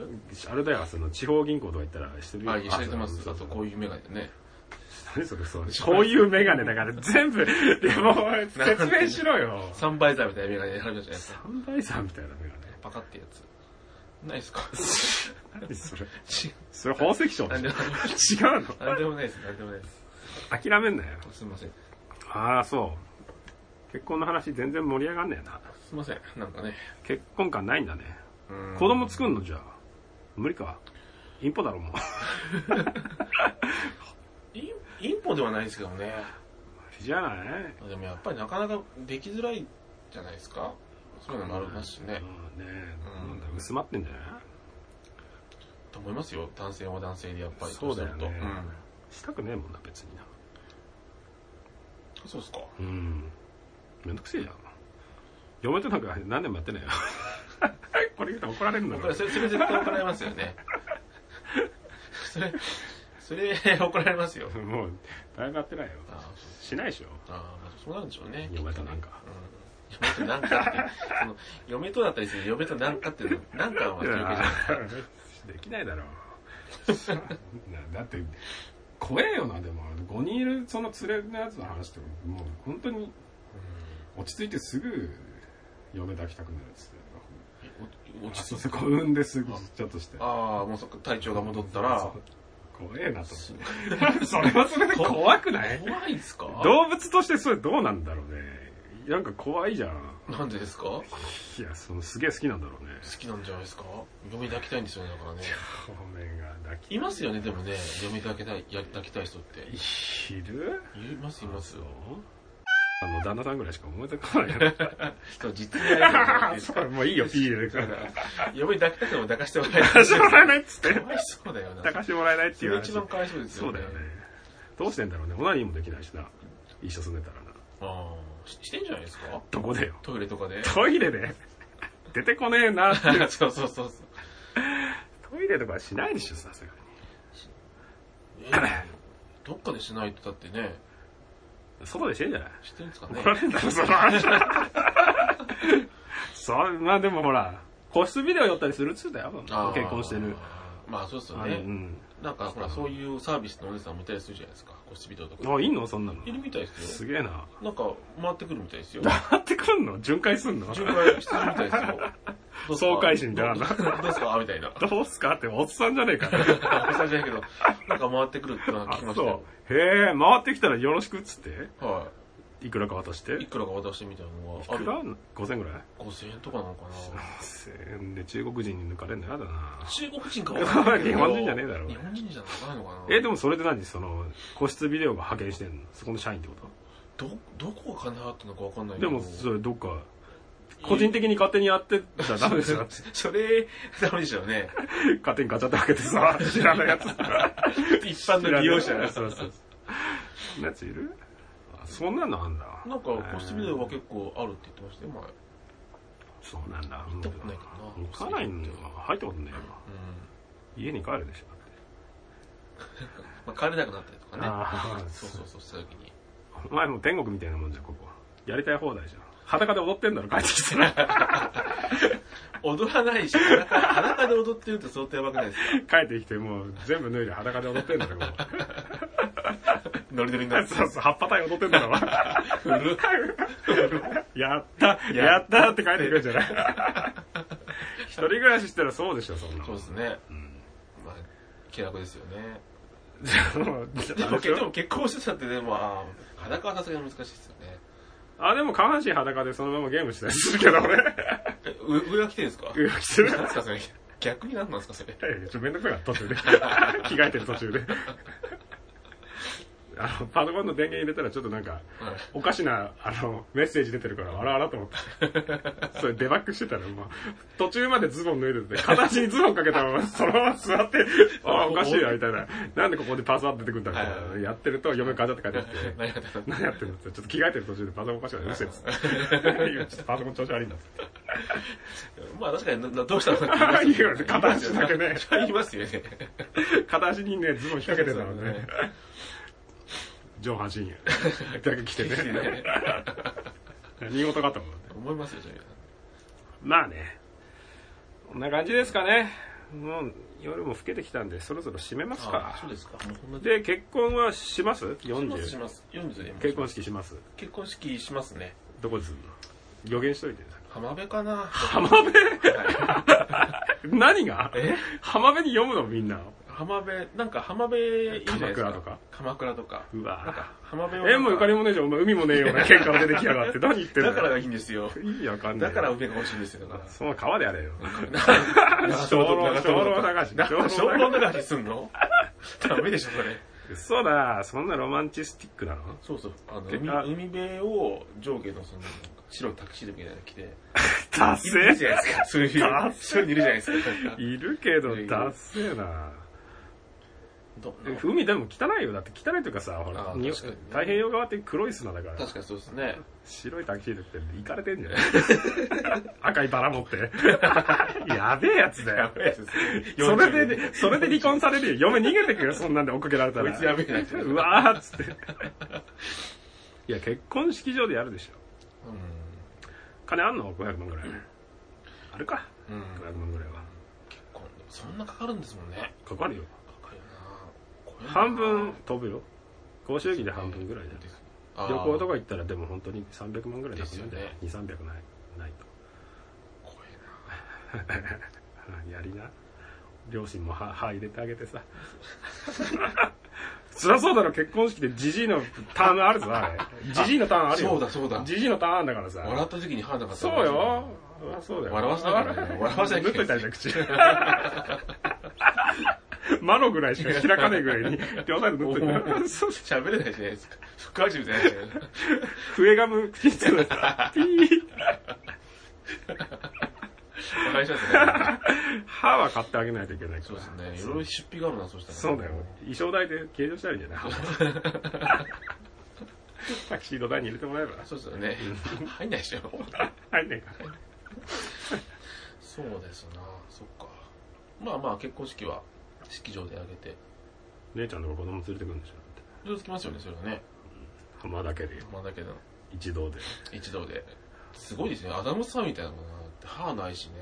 B: あれだよ、その、地方銀行とか行ったらしてるよ。
A: あ、いされてます。
B: そ
A: あ
B: うそ
A: と、
B: う
A: こういうメガネね。
B: 何それ、そう。こういうメガネだから、全 [LAUGHS] 部、でも、説明しろよ。
A: サンバイザーみたいなメガネで貼るじゃないですか。
B: サンバイザーみたいなメガネ。
A: パカってやつ。ない
B: [LAUGHS]
A: ですか
B: 何それ。
A: 違う
B: それ宝石商
A: なん
B: 違
A: で
B: う
A: もない
B: の
A: なんでもないです。なんでもないです。
B: 諦めんなよ。
A: すいません。
B: ああ、そう。結婚の話全然盛り上がんねえな。
A: すいません。なんかね。
B: 結婚感ないんだね。
A: うん
B: 子供作んのじゃあ。無理か。インポだろ、もう。
A: インインポではないですけどね。
B: じゃない
A: でもやっぱりなかなかできづらいじゃないですか。そういうのもありますしね。
B: うんね
A: う
B: え、
A: ん
B: なんだ、薄まってんじゃない
A: と思いますよ。男性は男性でやっぱり。
B: そうだよね
A: そうするとうん
B: したくねえもんな、別にな。
A: そうですか。
B: うん。めんどくせえじゃん。嫁となんか何年もやってねえよ。 [LAUGHS] これ言うと怒られるんだ
A: これ
B: ろ
A: そ。れ、それ絶対怒られますよね。それ、それ怒られますよ。
B: もう、だいぶやってないよ。
A: あ
B: しないでしょ。
A: あ、まあそうなるんでしょうね。
B: 嫁となんか。
A: うん嫁となんかって、その、嫁とだったりする嫁となんかっていうの、なんかは言ってるわけじゃない
B: [LAUGHS] できないだろうなだって怖えよなでも5人いるその連れのやつの話ってもう本当に落ち着いてすぐ嫁抱きたくなるっつって
A: お落
B: 落
A: ち着
B: ち着
A: い
B: い
A: て。
B: てこう産んですぐちょっとして
A: ああ、もうそっか体調が戻ったら、
B: 怖えなと思ってそれはそれで怖くない
A: 怖いですか
B: 動物としてそれどうなんだろうねなんか怖いじゃん
A: なんでですか好
B: いやそのすげえ好きなんだろうね
A: きなんじゃないですか嫁抱きたいんですよね、だからね。
B: ごめんが抱き
A: いますよね、でもね、嫁抱きたい、や抱きたい人って。
B: いる [LAUGHS]
A: います、います。
B: そうあの旦那さんぐらいしか思い出てこないよ
A: しかも実害がです
B: [LAUGHS] そうもういいよ、ピー入れてくる。
A: 嫁に抱きたくても抱かしてもらえない。
B: 抱か [LAUGHS] してもらえないっつっ
A: か
B: て
A: わいそうだよな。
B: 抱かしてもらえないって
A: そ
B: いう
A: れ
B: 話
A: 一番かわいそうです
B: そ
A: よ
B: うだ
A: ね。
B: よね。どうしてんだろうね。オナニーもできないしな。一緒住んでたらな。
A: ああ、ししてんじゃないですか
B: どこでよ。
A: トイレとかで。
B: トイレで出てこねえ
A: [LAUGHS]
B: な。
A: そうそうそうそう。
B: トイレとかしないでしょ、さすがに。
A: えーどっかでしないとだってね、
B: 外でしてんじゃない
A: してるんですかね
B: 怒。られんだろ、その話。 [LAUGHS] そう、まあでもほら、個室ビデオ寄ったりするっつうだよ
A: あ。ー
B: 結婚してる。。
A: まあそうですよ
B: あ
A: ね。
B: れうん。
A: なんかほら、そういうサービスのお姉さんもいたりするじゃないですか。個室ビデオとか。
B: あ、いいのそんなの
A: い。るみたいです
B: す
A: よ。
B: げえな。
A: なんか、回ってくるみたいですよ。
B: 回ってくんの巡回すんの
A: 巡回してるみた [LAUGHS] いですよ。どうすか
B: 爽快心だ
A: ど
B: な
A: うどうすかみた [LAUGHS] いな。
B: どうすかって、おっさんじゃね
A: [LAUGHS]
B: えか。
A: おじゃないけど、なんか回ってくるってのは
B: あ
A: 聞きましたよ
B: そ。う。へえ、回ってきたらよろしくっつって、
A: はい
B: くらか渡して。
A: い。い
B: い
A: くらか渡してみたいなのは、あ
B: くら
A: る
B: ?5000 ぐらい
A: ?5000 円とかなのかな
B: 5000円で中国人に抜かれんのやだな。
A: 中国人かわかんないけど
B: [LAUGHS] 日本人じゃねえだろ
A: 日本人じゃないのかな
B: え、でもそれで何その、個室ビデオが派遣してんのそこの社員ってこ
A: ど、どこが金払ってんのかわかんな
B: と
A: い
B: で
A: けど。
B: も、それどっか、個人的に勝手にやってたらダメでし
A: [LAUGHS]
B: ょだって
A: それ、ダメでしょう
B: [LAUGHS]
A: ね。
B: 勝手にガチャって開けてさ、知らないやつ。
A: [LAUGHS] 一般の利用者が。
B: そうそうそう。やついるあそんなのあんだ。
A: なんか、個室ビデオは結構あるって言ってましたよ、前。
B: そうなんだ。
A: 行ったことないけどな
B: うん行かないんだよな。入ったことないよな。
A: う
B: 家に帰るでしょ。
A: ん。まあ、帰れなくなったりとかね。
B: ああ、
A: そうそうそう、した時に。
B: お前もう天国みたいなもんじゃん、ここは。やりたい放題じゃん。裸で踊ってんだろ、帰ってきてな。
A: 踊らないし、裸 [LAUGHS] 裸で踊ってるって相当やばくないですか
B: 帰ってきて、もう全部脱いで裸で踊ってんだろ、ここ。
A: ノリノリになって。
B: そうそう、葉っぱ隊踊ってんだろ、 [LAUGHS]
A: 古っ
B: やった、やったって帰ってくるんじゃない一人暮らししたらそうでしょ、そんなの。
A: そうですね。
B: うん
A: まあ、気楽ですよね。
B: じゃあもうじゃ
A: で
B: ああ
A: も
B: れでし
A: でも
B: ょ
A: 結婚してたってでも、あー裸はさすがに難しいですよね。
B: あ、でも下半身裸でそのままゲームしたりするけど俺。
A: え、う上は着てるんですか
B: 上は着てる
A: なんですかそれ。逆に何なんですかそれ。
B: いやいやちょっとめんどくさいから途中で。着 [LAUGHS] 替えてる途中で。 [LAUGHS] あの、パソコンの電源入れたらちょっとなんか、おかしな、あの、メッセージ出てるから、あらあらと
A: [LAUGHS]
B: 思って。それデバッグしてたら、もう、途中までズボン脱いでて、形にズボンかけたま [LAUGHS] ま、そのまま座って、ああ、おかしいな、みたいな。なんでここでパスワード出てくるんだろ
A: はいう
B: やってると、嫁ガチャって帰ってきて、
A: [LAUGHS] 何やったの
B: 何やってんのって、ちょっと着替えてる途中でパソコンおかしくないうるせえ
A: [LAUGHS]
B: っつって。今ちょっとパソコン調子悪いんだっつって。
A: まあ確かにな、などうしたのか
B: ああ、い
A: 言い
B: いよね、片
A: ます
B: 足
A: よ
B: だけね。
A: 言いますよね。
B: 片足にね、ズボン引っ掛けてたのね。上半 [LAUGHS] 身だけ着てね。 [LAUGHS] 何事かと思って。
A: 思いますよ、それ。
B: まあね。こんな感じですかね。もう夜も更けてきたんで、そろそろ締めます
A: あ
B: か
A: そう。ですか。もうこんな
B: で、結婚はします ?40。
A: します。40で
B: 結婚式します。
A: 結婚式しますね。
B: どこでするの予言しといて。
A: 浜辺かな
B: 浜辺 [LAUGHS] 何が
A: え
B: 浜辺に読むのみんな。
A: 浜辺、なんか浜辺いいじゃないです
B: 鎌倉とか。
A: 鎌倉とか。
B: う
A: なんか
B: わ
A: 浜辺は
B: 縁もゆかりもねえじゃん、お前海もねえ [LAUGHS] ような喧嘩が出てきやがって。何言ってんの
A: だからがいいんですよ。
B: 意味わかんな
A: だ
B: い。
A: から上が欲しいんですよ、だか
B: その川でやれよ。
A: ら。
B: 長老長老流し
A: 長老流し。
B: 長
A: 長
B: 老
A: 老流しすんのダメでしょ、それ。
B: 嘘だ、そんなロマンチスティックなの
A: そうそう。あの、
B: え
A: 海
B: あ
A: 海辺を上下のその、なんか白いタクシードみたいなの着て、
B: ダ
A: いるじ
B: セ
A: ゃないですか。そういう
B: ダ、
A: そういうのいるじゃないですか。なんか
B: いるけど、ダセえな。
A: どう
B: 海でも汚いよ。だって汚いというかさ、ほら、
A: あ
B: に
A: 確かにね
B: 太平洋側って黒い砂だから
A: 確、かにそうですね。
B: 白いタキシードって行かれてんじ [LAUGHS] ゃない赤いバラ持って。 [LAUGHS] やべえやつだよ。
A: べえやつですね
B: それ
A: 40
B: で、それで離婚されるよ。嫁逃げてくよ、そんなんで追っかけられたら。
A: こいつやべえなって
B: うわーっつって。いや、結婚式場でやるでしょ。
A: う
B: 金あんの ?500 万ぐらい。あるか。
A: ん。うん。
B: 500万ぐらいは。
A: 結婚、そんなかかるんですもんね。
B: かかるよ。
A: かかるよな
B: 半分飛ぶよ。公衆費で半分ぐらいじゃ
A: あ
B: ん。
A: ー
B: 旅行とか行ったらでも本当に300万ぐらいなくなるんじゃない
A: で
B: ?2、300ない、ない
A: 怖いな
B: と。やりな。両親も歯歯入れてあげて [LAUGHS] さ。そりゃそうだろ、結婚式でジジイのターンあるぞ、あれ。ジジイのターンあるよ。
A: そうだそうだ
B: ジジイのターンあんだからさ。
A: 笑った時に歯なかった
B: そうよ。そりゃそうだよ。
A: 笑わせなきゃいけない笑わせなきゃいけない
B: [LAUGHS] ぶっといたんだ、口。マロぐらいしか開かないぐらいに、両サイド塗っとい
A: お
B: [LAUGHS] て、そう
A: 喋れないじゃないですか。フックアジみたいなやつじゃないですか。
B: 笛ガム、ピッツだった。ピー
A: バカにしちゃった
B: [LAUGHS]
A: ね。
B: 歯は買ってあげないといけないか
A: そう
B: ら。
A: ですね。いろいろ出費があるな、そうしたら。
B: そうだよ。衣装代で計上したらいいんじゃない [LAUGHS] タキシード代に入れてもらえば。
A: そうですよ
B: [LAUGHS]
A: ね。入んないでしょ。
B: 入んねえか。
A: そうですな。そっか。まあまあ、結婚式は式場であげて。
B: 姉ちゃんとか子供連れてくるんでしょだって
A: 色々つきますよね、それはね。
B: 浜だけでよ。
A: まあだけど、
B: 一堂で。
A: 一度で。すごいですね。アダムさんみたいなのがなって歯ないしね。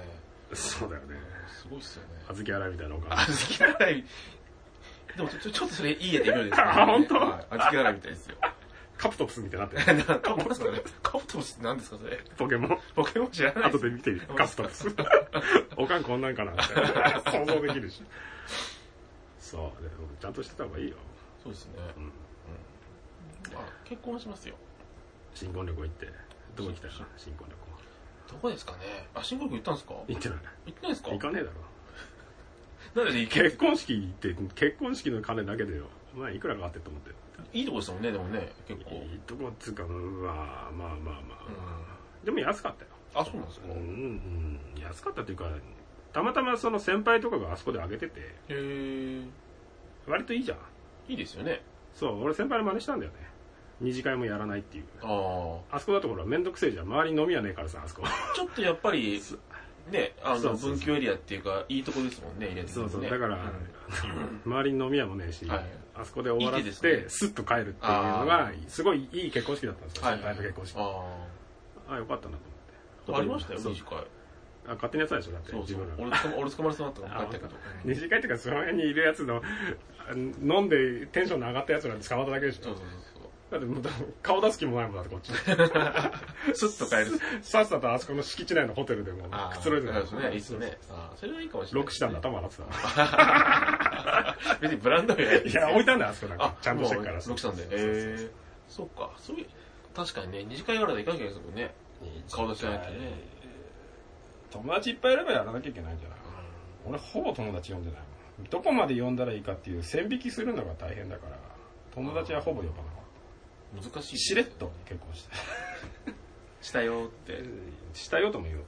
B: そうだよね。
A: すごいっすよね。
B: 小豆洗いみたいなお
A: あ
B: か
A: ずき洗い。でもちょちょちょっとそれいい絵で見るです
B: [LAUGHS] あ本当
A: はいあずき洗いみたいです
B: [LAUGHS]
A: よ。
B: カプトプスみたいになってる。
A: なんかカブトムシねカブトムシって何ですかそれ。
B: ポケモン。
A: ポケモン知らない
B: 後で見てみる。カプトプ [LAUGHS] ス。おかんこんなんかなみたいな。想像できるし。そう。でもちゃんとしてた方がいいよ。
A: そうですね。
B: うん。
A: まあ、結婚はしますよ。
B: 新婚旅行行って。どこ行きたいな新婚旅行。
A: どこですかねあ、新国行ったんですか行
B: 行ってない。
A: ってないですか
B: 行かねえだろ。
A: なんで行け
B: 結婚式行って、結婚式の金だけでよ。まあ、いくらかかってると思ってる。
A: いいとこでしたもんね、でもね、結構。
B: いいとこっつうか、まあまあまあまあ、
A: うん
B: でも安かったよ。
A: あ、そうなんですか
B: うん、うん、安かったというか、たまたまその先輩とかがあそこで上げてて、
A: へえ。
B: 割といいじゃん。
A: いいですよね。
B: そう、俺先輩の真似したんだよね。二次会もやらないっていう。
A: ああ。
B: あそこだとほら、めんどくせえじゃん。周りに飲み屋ねえからさ、あそこ。
A: ちょっとやっぱり、ね、あ
B: そう
A: の、
B: そうそう
A: 文教エリアっていうか、いいとこですもんね、入れて
B: そうそう、だから、周りに飲み屋もねえし、
A: はい
B: あそこで終わらせ
A: いい手
B: て、
A: です
B: っと帰るっていうのが、すごいいい結婚式だったんですよ、
A: はい
B: 先輩の結婚式。
A: あ
B: あ、よかったなと
A: あ。
B: 思っ
A: あ
B: て。
A: りましたよ、
B: そう
A: 二次会。
B: あ勝手にやつだでしょ、だって、
A: そう
B: 自
A: そう
B: 分ら。。
A: 俺捕ま、俺捕まりそうになったから帰ったけど。
B: 二次会っていうかその辺にいるやつの [LAUGHS] あ飲んでテンションの上がったやつなんて捕まっただけでし
A: そ
B: ょ
A: うそうそ
B: だってもう顔出す気もないもんだってこっ
A: [LAUGHS]
B: ち
A: うそう。スッと帰る。
B: さっさとあそこの敷地内のホテルでもう
A: ああ
B: くつろいで
A: そうですね、いいっすね。ああそれはいいかもしれない。
B: 6下の頭洗って
A: 別にブランド名はいい
B: た
A: で
B: い
A: すよ
B: や置いたんだよあそこなん
A: あ
B: か、ちゃんとしてるから
A: もう六さんで。へ
B: そうそうそう
A: え。そうか、そういう、確かにね、二次会からで行かなきゃいけないですもんね。顔出しないとね
B: 友達いっぱいいればやらなきゃいけないんじゃない俺ほぼ友達呼んでないもんどこまで呼んだらいいかっていう線引きするのが大変だから友達はほぼ呼ばなかっ
A: 難しい。
B: たしれっと。結婚して
A: したよって。
B: したよとも言おうっ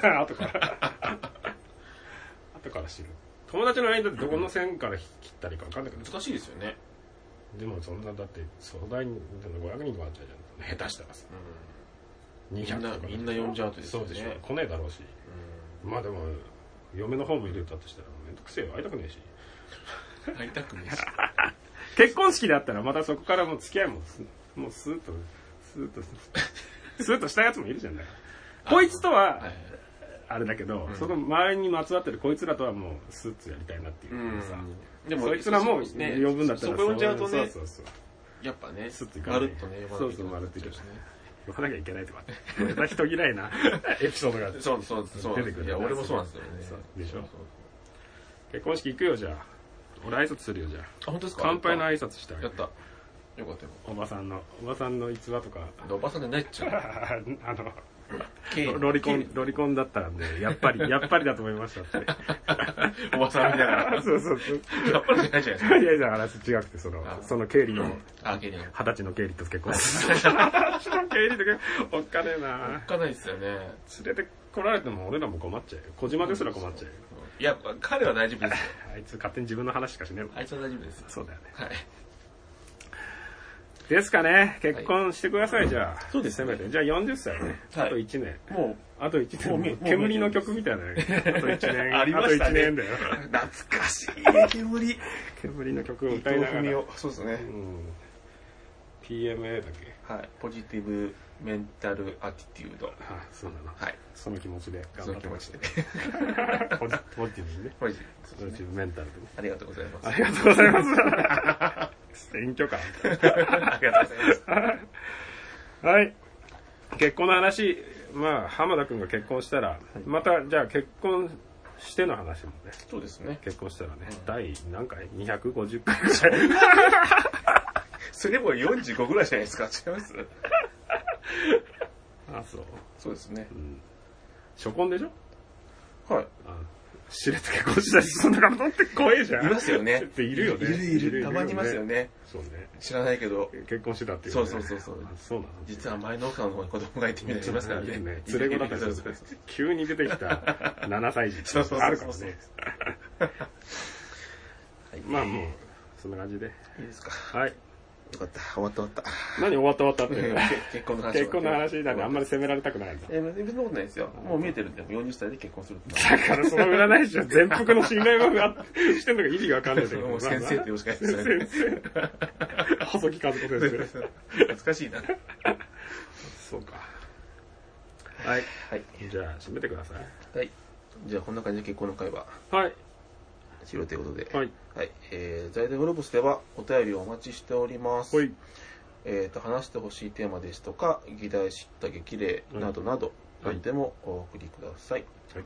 B: てな。 [LAUGHS] 後から。後から知る。友達の間でどこの線から切ったらいいか分かんないけど、
A: 難しいですよね。
B: でもそんな、だって、相談員でも500人とかあっちゃうじゃん。下手したらさ、
A: う
B: 200とか。
A: みんなみんな呼んじゃうとです
B: そ
A: よ
B: う
A: ね
B: でしょ。来ねえだろうし。
A: んう
B: まあでも、嫁の方も入れたとしたら、めんどくせえよ。会いたくねえし。
A: ん。会いたくねえ
B: [LAUGHS]
A: し。
B: 結婚式だったら、またそこからもう付き合いもす、もうスーッと、スーッと、スーッとしたやつもいるじゃない。こいつとは、
A: はい。
B: あれだけど、その周りにまつわってるこいつらとはもうスーツやりたいなっていううさ、
A: ん。
B: そいつらも
A: そう
B: 呼
A: ですね
B: ぶんだったら
A: そこ呼んじゃうとね
B: そ、うそうそう
A: やっぱね
B: スッと行、かな
A: ま
B: い
A: るっとね、
B: そうそうまるっと行
A: 行
B: け
A: け
B: な
A: ないい
B: 呼ばなきゃいけないとかまた人嫌いなエピソードがあって
A: そうそうそうなん
B: 出
A: で
B: て
A: す
B: く
A: よ。い
B: る
A: や、俺もそうなんですよね
B: そう。でしょ
A: そうそう
B: 結婚式行くよじゃあ俺挨拶するよじゃあ
A: あ、本当ですか
B: 乾杯の
A: や
B: 挨拶してあげ
A: っ
B: る
A: た。よかったよ。
B: おばさんのおばさんの逸話と
A: [LAUGHS]
B: か
A: おばさんじゃないっちゃ
B: あの
A: う。
B: [LAUGHS] ロリコンロリコンだったらねやっぱりやっぱりだと思いましたって
A: [LAUGHS] おばさんみたいな。
B: [LAUGHS] そうそうそう
A: やっぱりじゃないじゃないですか。
B: いやいや話違くてそのその経理の、
A: あ、芸人。
B: 二十歳の経理と結婚する。経理と結 [LAUGHS] 婚、おっかねえな
A: 行かないですよね。
B: 連れて来られても俺らも困っちゃうよ。小島ですら困っちゃうよ。
A: いや、彼は大丈夫ですよ。
B: あいつ勝手に自分の話しかしねえもん。
A: あいつは大丈夫ですよ。
B: そうだよね。
A: はい。
B: ですかね。結婚してください、じゃあ。
A: そうです
B: せ
A: ね
B: めて。じゃあ40歳ね。
A: はい
B: あと1年。
A: も
B: あと1
A: もう見
B: 年。もう
A: もう見
B: 煙の曲みたいなね。あと1
A: [LAUGHS]
B: 年。
A: ありましたね
B: あと1年だよ。
A: う、懐かしいね、煙。
B: 煙の曲を歌いながら。うん。
A: そうですね。
B: PMA だっけ
A: はい。ポジティブメンタルアティテュード。
B: あ、そうなの。
A: はい。
B: その気持ちで
A: そ
B: 頑張
A: の
B: っ
A: 気
B: て
A: 持
B: ま
A: ち
B: す
A: で。。
B: [LAUGHS] ポジポジティブにね。
A: ポジティ
B: ポ
A: ブですね。
B: ジティブメンタルでね。
A: ありがとうございます。
B: ありがとうございます。選挙か。
A: ありがとうございます。
B: はい。結婚の話、まあ、浜田くんが結婚したら、また、じゃあ結婚しての話もね、
A: そうですね。
B: 結婚したらね、第何回 ?250 回ぐらい。
A: それでも45ぐらいじゃないですか。違います
B: あ、そう。
A: そうですね。
B: 初婚でしょ
A: はい。
B: あしれつ結婚したし、そんな方って怖えじゃん。
A: いますよね
B: っているよね。
A: いるいる。たまにいますよ
B: ね。
A: ね。
B: そうね。
A: 知らないけど、
B: 結婚してたっていう、ね。
A: そうそうそうそう
B: あそうなの。
A: 実は前の奥さんの方に子供がいてみたいなのいますからね。
B: ね連れ子だったり
A: そうそうそう
B: する。急に出てきた7歳児
A: そうそうそうそう
B: あるからね。
A: はい
B: まあもう、そんな感じで。
A: いいですか。
B: はい。
A: よかった。終わった終わっ
B: 何終わった終わったって。
A: た。 [LAUGHS] 結婚の話。
B: 結婚の話なんであんまり責められたくないんだ。
D: えー、別のことないですよ。もう見えてるんで、40歳で結婚するって。
B: だからその占い師は全幅の信頼をしてんのが意味がわかんない
A: [LAUGHS]
B: んだけど。
A: もう先生ってよろしくお願いし
B: 先生。細木和子先
A: [LAUGHS]
B: 生。
A: 懐かしいな。はい。
B: そうか。はい。じゃあ、閉めてください。
A: はい。じゃあ、こんな感じで結婚の会は
B: はい。
A: 終了ということで。
B: はい。
A: はい。えー、財団グループスではお便りをお待ちしております。
B: ほい。
A: えー、と話してほしいテーマですとか議題知った激励などなど
B: はい
A: 何でもお送りください、
B: はい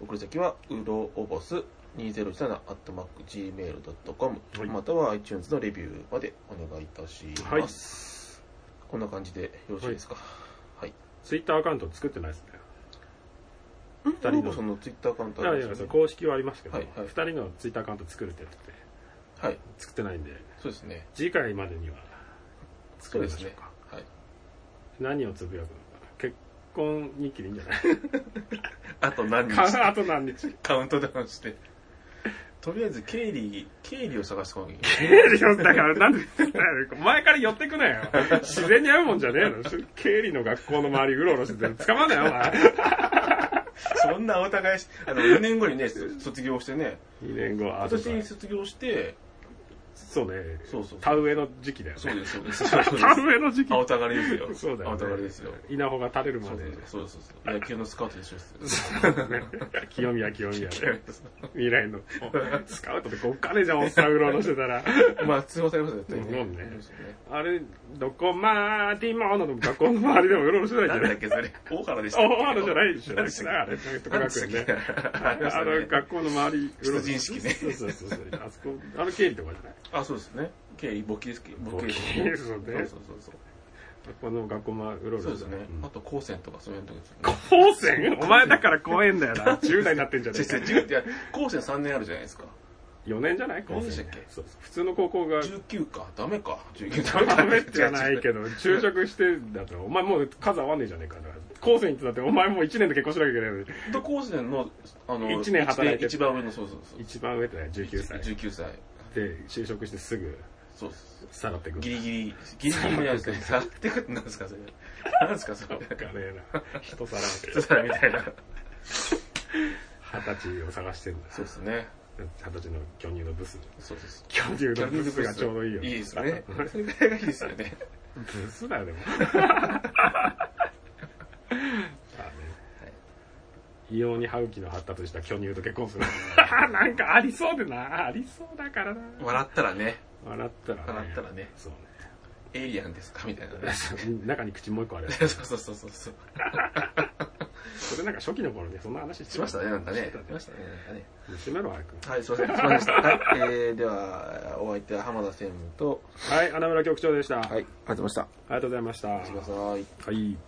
A: 送り先はうろおぼす2017 gmail.com、
B: はい
A: または iTunes のレビューまでお願いいたします、こんな感じでよろしいですかはい、
B: ツイッターアカウント作ってないですね。
A: うん
B: 人
A: う
B: の
A: ろおぼさんのツイッターアカウント
B: いやい
A: よ
B: や、そう
A: ね
B: 公式はありますけど、
A: はいはい
B: 2人のツイッターアカウント作るってやってて、
A: はい
B: 作ってないんで、
A: そうですね
B: 次回までには
A: そ
B: 作
A: う
B: り
A: で
B: まし
A: す
B: ょう
A: ね
B: か。
A: はい
B: 何をつぶやくのか。結婚日記でいいんじゃない [LAUGHS]
A: あと何
B: かあと何日。
A: カウントダウンしてとりあえず経理経理を探してこなきゃいけない
B: 経理をだから、なんでだよ前から寄ってくなよ。自然に会うもんじゃねえの。 [LAUGHS] 経理の学校の周りうろうろしてて、捕まんなよ、お前。
A: [LAUGHS] そんなお互いし、あの、4年後に [LAUGHS] ね、そ卒業してね、
B: 2年後、あ
A: 今
B: と
A: 年に卒業して、
B: そうね。
A: そうそう
B: 田植えの時期だよ
A: そう
B: ね。
A: です、そう [LAUGHS] です。そうです
B: 田植えの時期。
A: 青たがりですよ。
B: そうだよ、
A: 青
B: ね。
A: たがりですよ。
B: 稲穂が垂れるま
A: そう
B: で。
A: です、そうです。野球のスカウトでしょ。
B: そうだね [LAUGHS] 清宮清宮ね。未来 [LAUGHS] の。スカウトでこっかねじゃん、おっさんうろうろしてたら。
A: まあ、通報されますよ、絶対
B: うん
A: に
B: ね
A: ね。
B: あれ、どこまでも、の学校の周りでもうろうろしてないじ
A: な
B: ゃ
A: ん
B: な
A: だ
B: い
A: っけ、それ。大原でしたっけ。
B: 大原じゃないでしょ。
A: 何
B: だ
A: で
B: か
A: したっ
B: らあれ、徳
A: け。何
B: 川
A: でしたっけ。。ありまし
B: [LAUGHS] 君ねあ
A: たね
B: の、学校の周り、うろうろ
A: 出陣式ね
B: そうそ
A: [LAUGHS]
B: うそうそう。あそこ、あの経理とかじゃない。
A: あ、そうですね。経理、簿記ですけど。簿記
B: 簿記ですよ
A: そうそうそ
B: ね
A: うそう。
B: この学校まうろうろ
A: そうですね。あと、高専とかそういうのとこですよね。
B: 高専お前だから怖えんだよ
A: [LAUGHS]
B: な。10代になってんじゃねえか
A: 先。生、いや高専3年あるじゃないですか。
B: 4年じゃない高
A: 四年でしたっ
B: 専
A: け。
B: そうそう普通の高
A: [LAUGHS]
B: 校が、
A: 19か。ダメか。19
B: ダメじゃないけ
A: ど。
B: ど、就職してだと、お前もう数合わねえじゃねえかな。高専行ってだって、お前もう1年で結婚しなきゃいけないのに。
A: と高専の、あの、
B: 一年働いて
A: 一番上の、そうそうそう。
B: 一番上ってね、19歳。
A: 19歳。
B: で、就職してすぐ、
A: そうそう
B: さらってく
A: そう。
B: る。
A: ギリギリ、ギリギリのやつで、さってくってなんですか、それ。なんですか、そ
B: わ
A: れ。
B: かねえな。人さらっ
A: そ
B: てる。
A: したらみたいな。
B: 二十歳を探してんだ。
A: そうですね。
B: 二十歳の巨乳のブス。
A: そうです。
B: 巨乳のブスがちょうどいいよね。
A: いいですね。それぐらいがいいですよね。
B: ブスだよ、でも。あね異様に歯茎の発達した巨乳と結婚する。 [LAUGHS] なんかありそうでな。ありそうだからな。
A: 笑ったらね、
B: 笑ったらね。
A: 笑ったらね
B: そう
A: エイリアンですかみたいなね。
B: ね。中に口もう一個あるや
A: そう
B: [LAUGHS]
A: そ
B: つ。
A: うそうそうそう。
B: それなんか初期の頃ね、そんな話して
A: しましたね、なんかね。
B: して
A: しましたね、なんかね。
B: た閉めろ、早く。
A: はい、すいません、すいませんでした。はい、えー、では、お相手は浜田専務と、
B: はい、穴村局長でした。あり
A: い、ありがとうございました。
B: がとうございました。
A: おやすみなさい。
B: はい。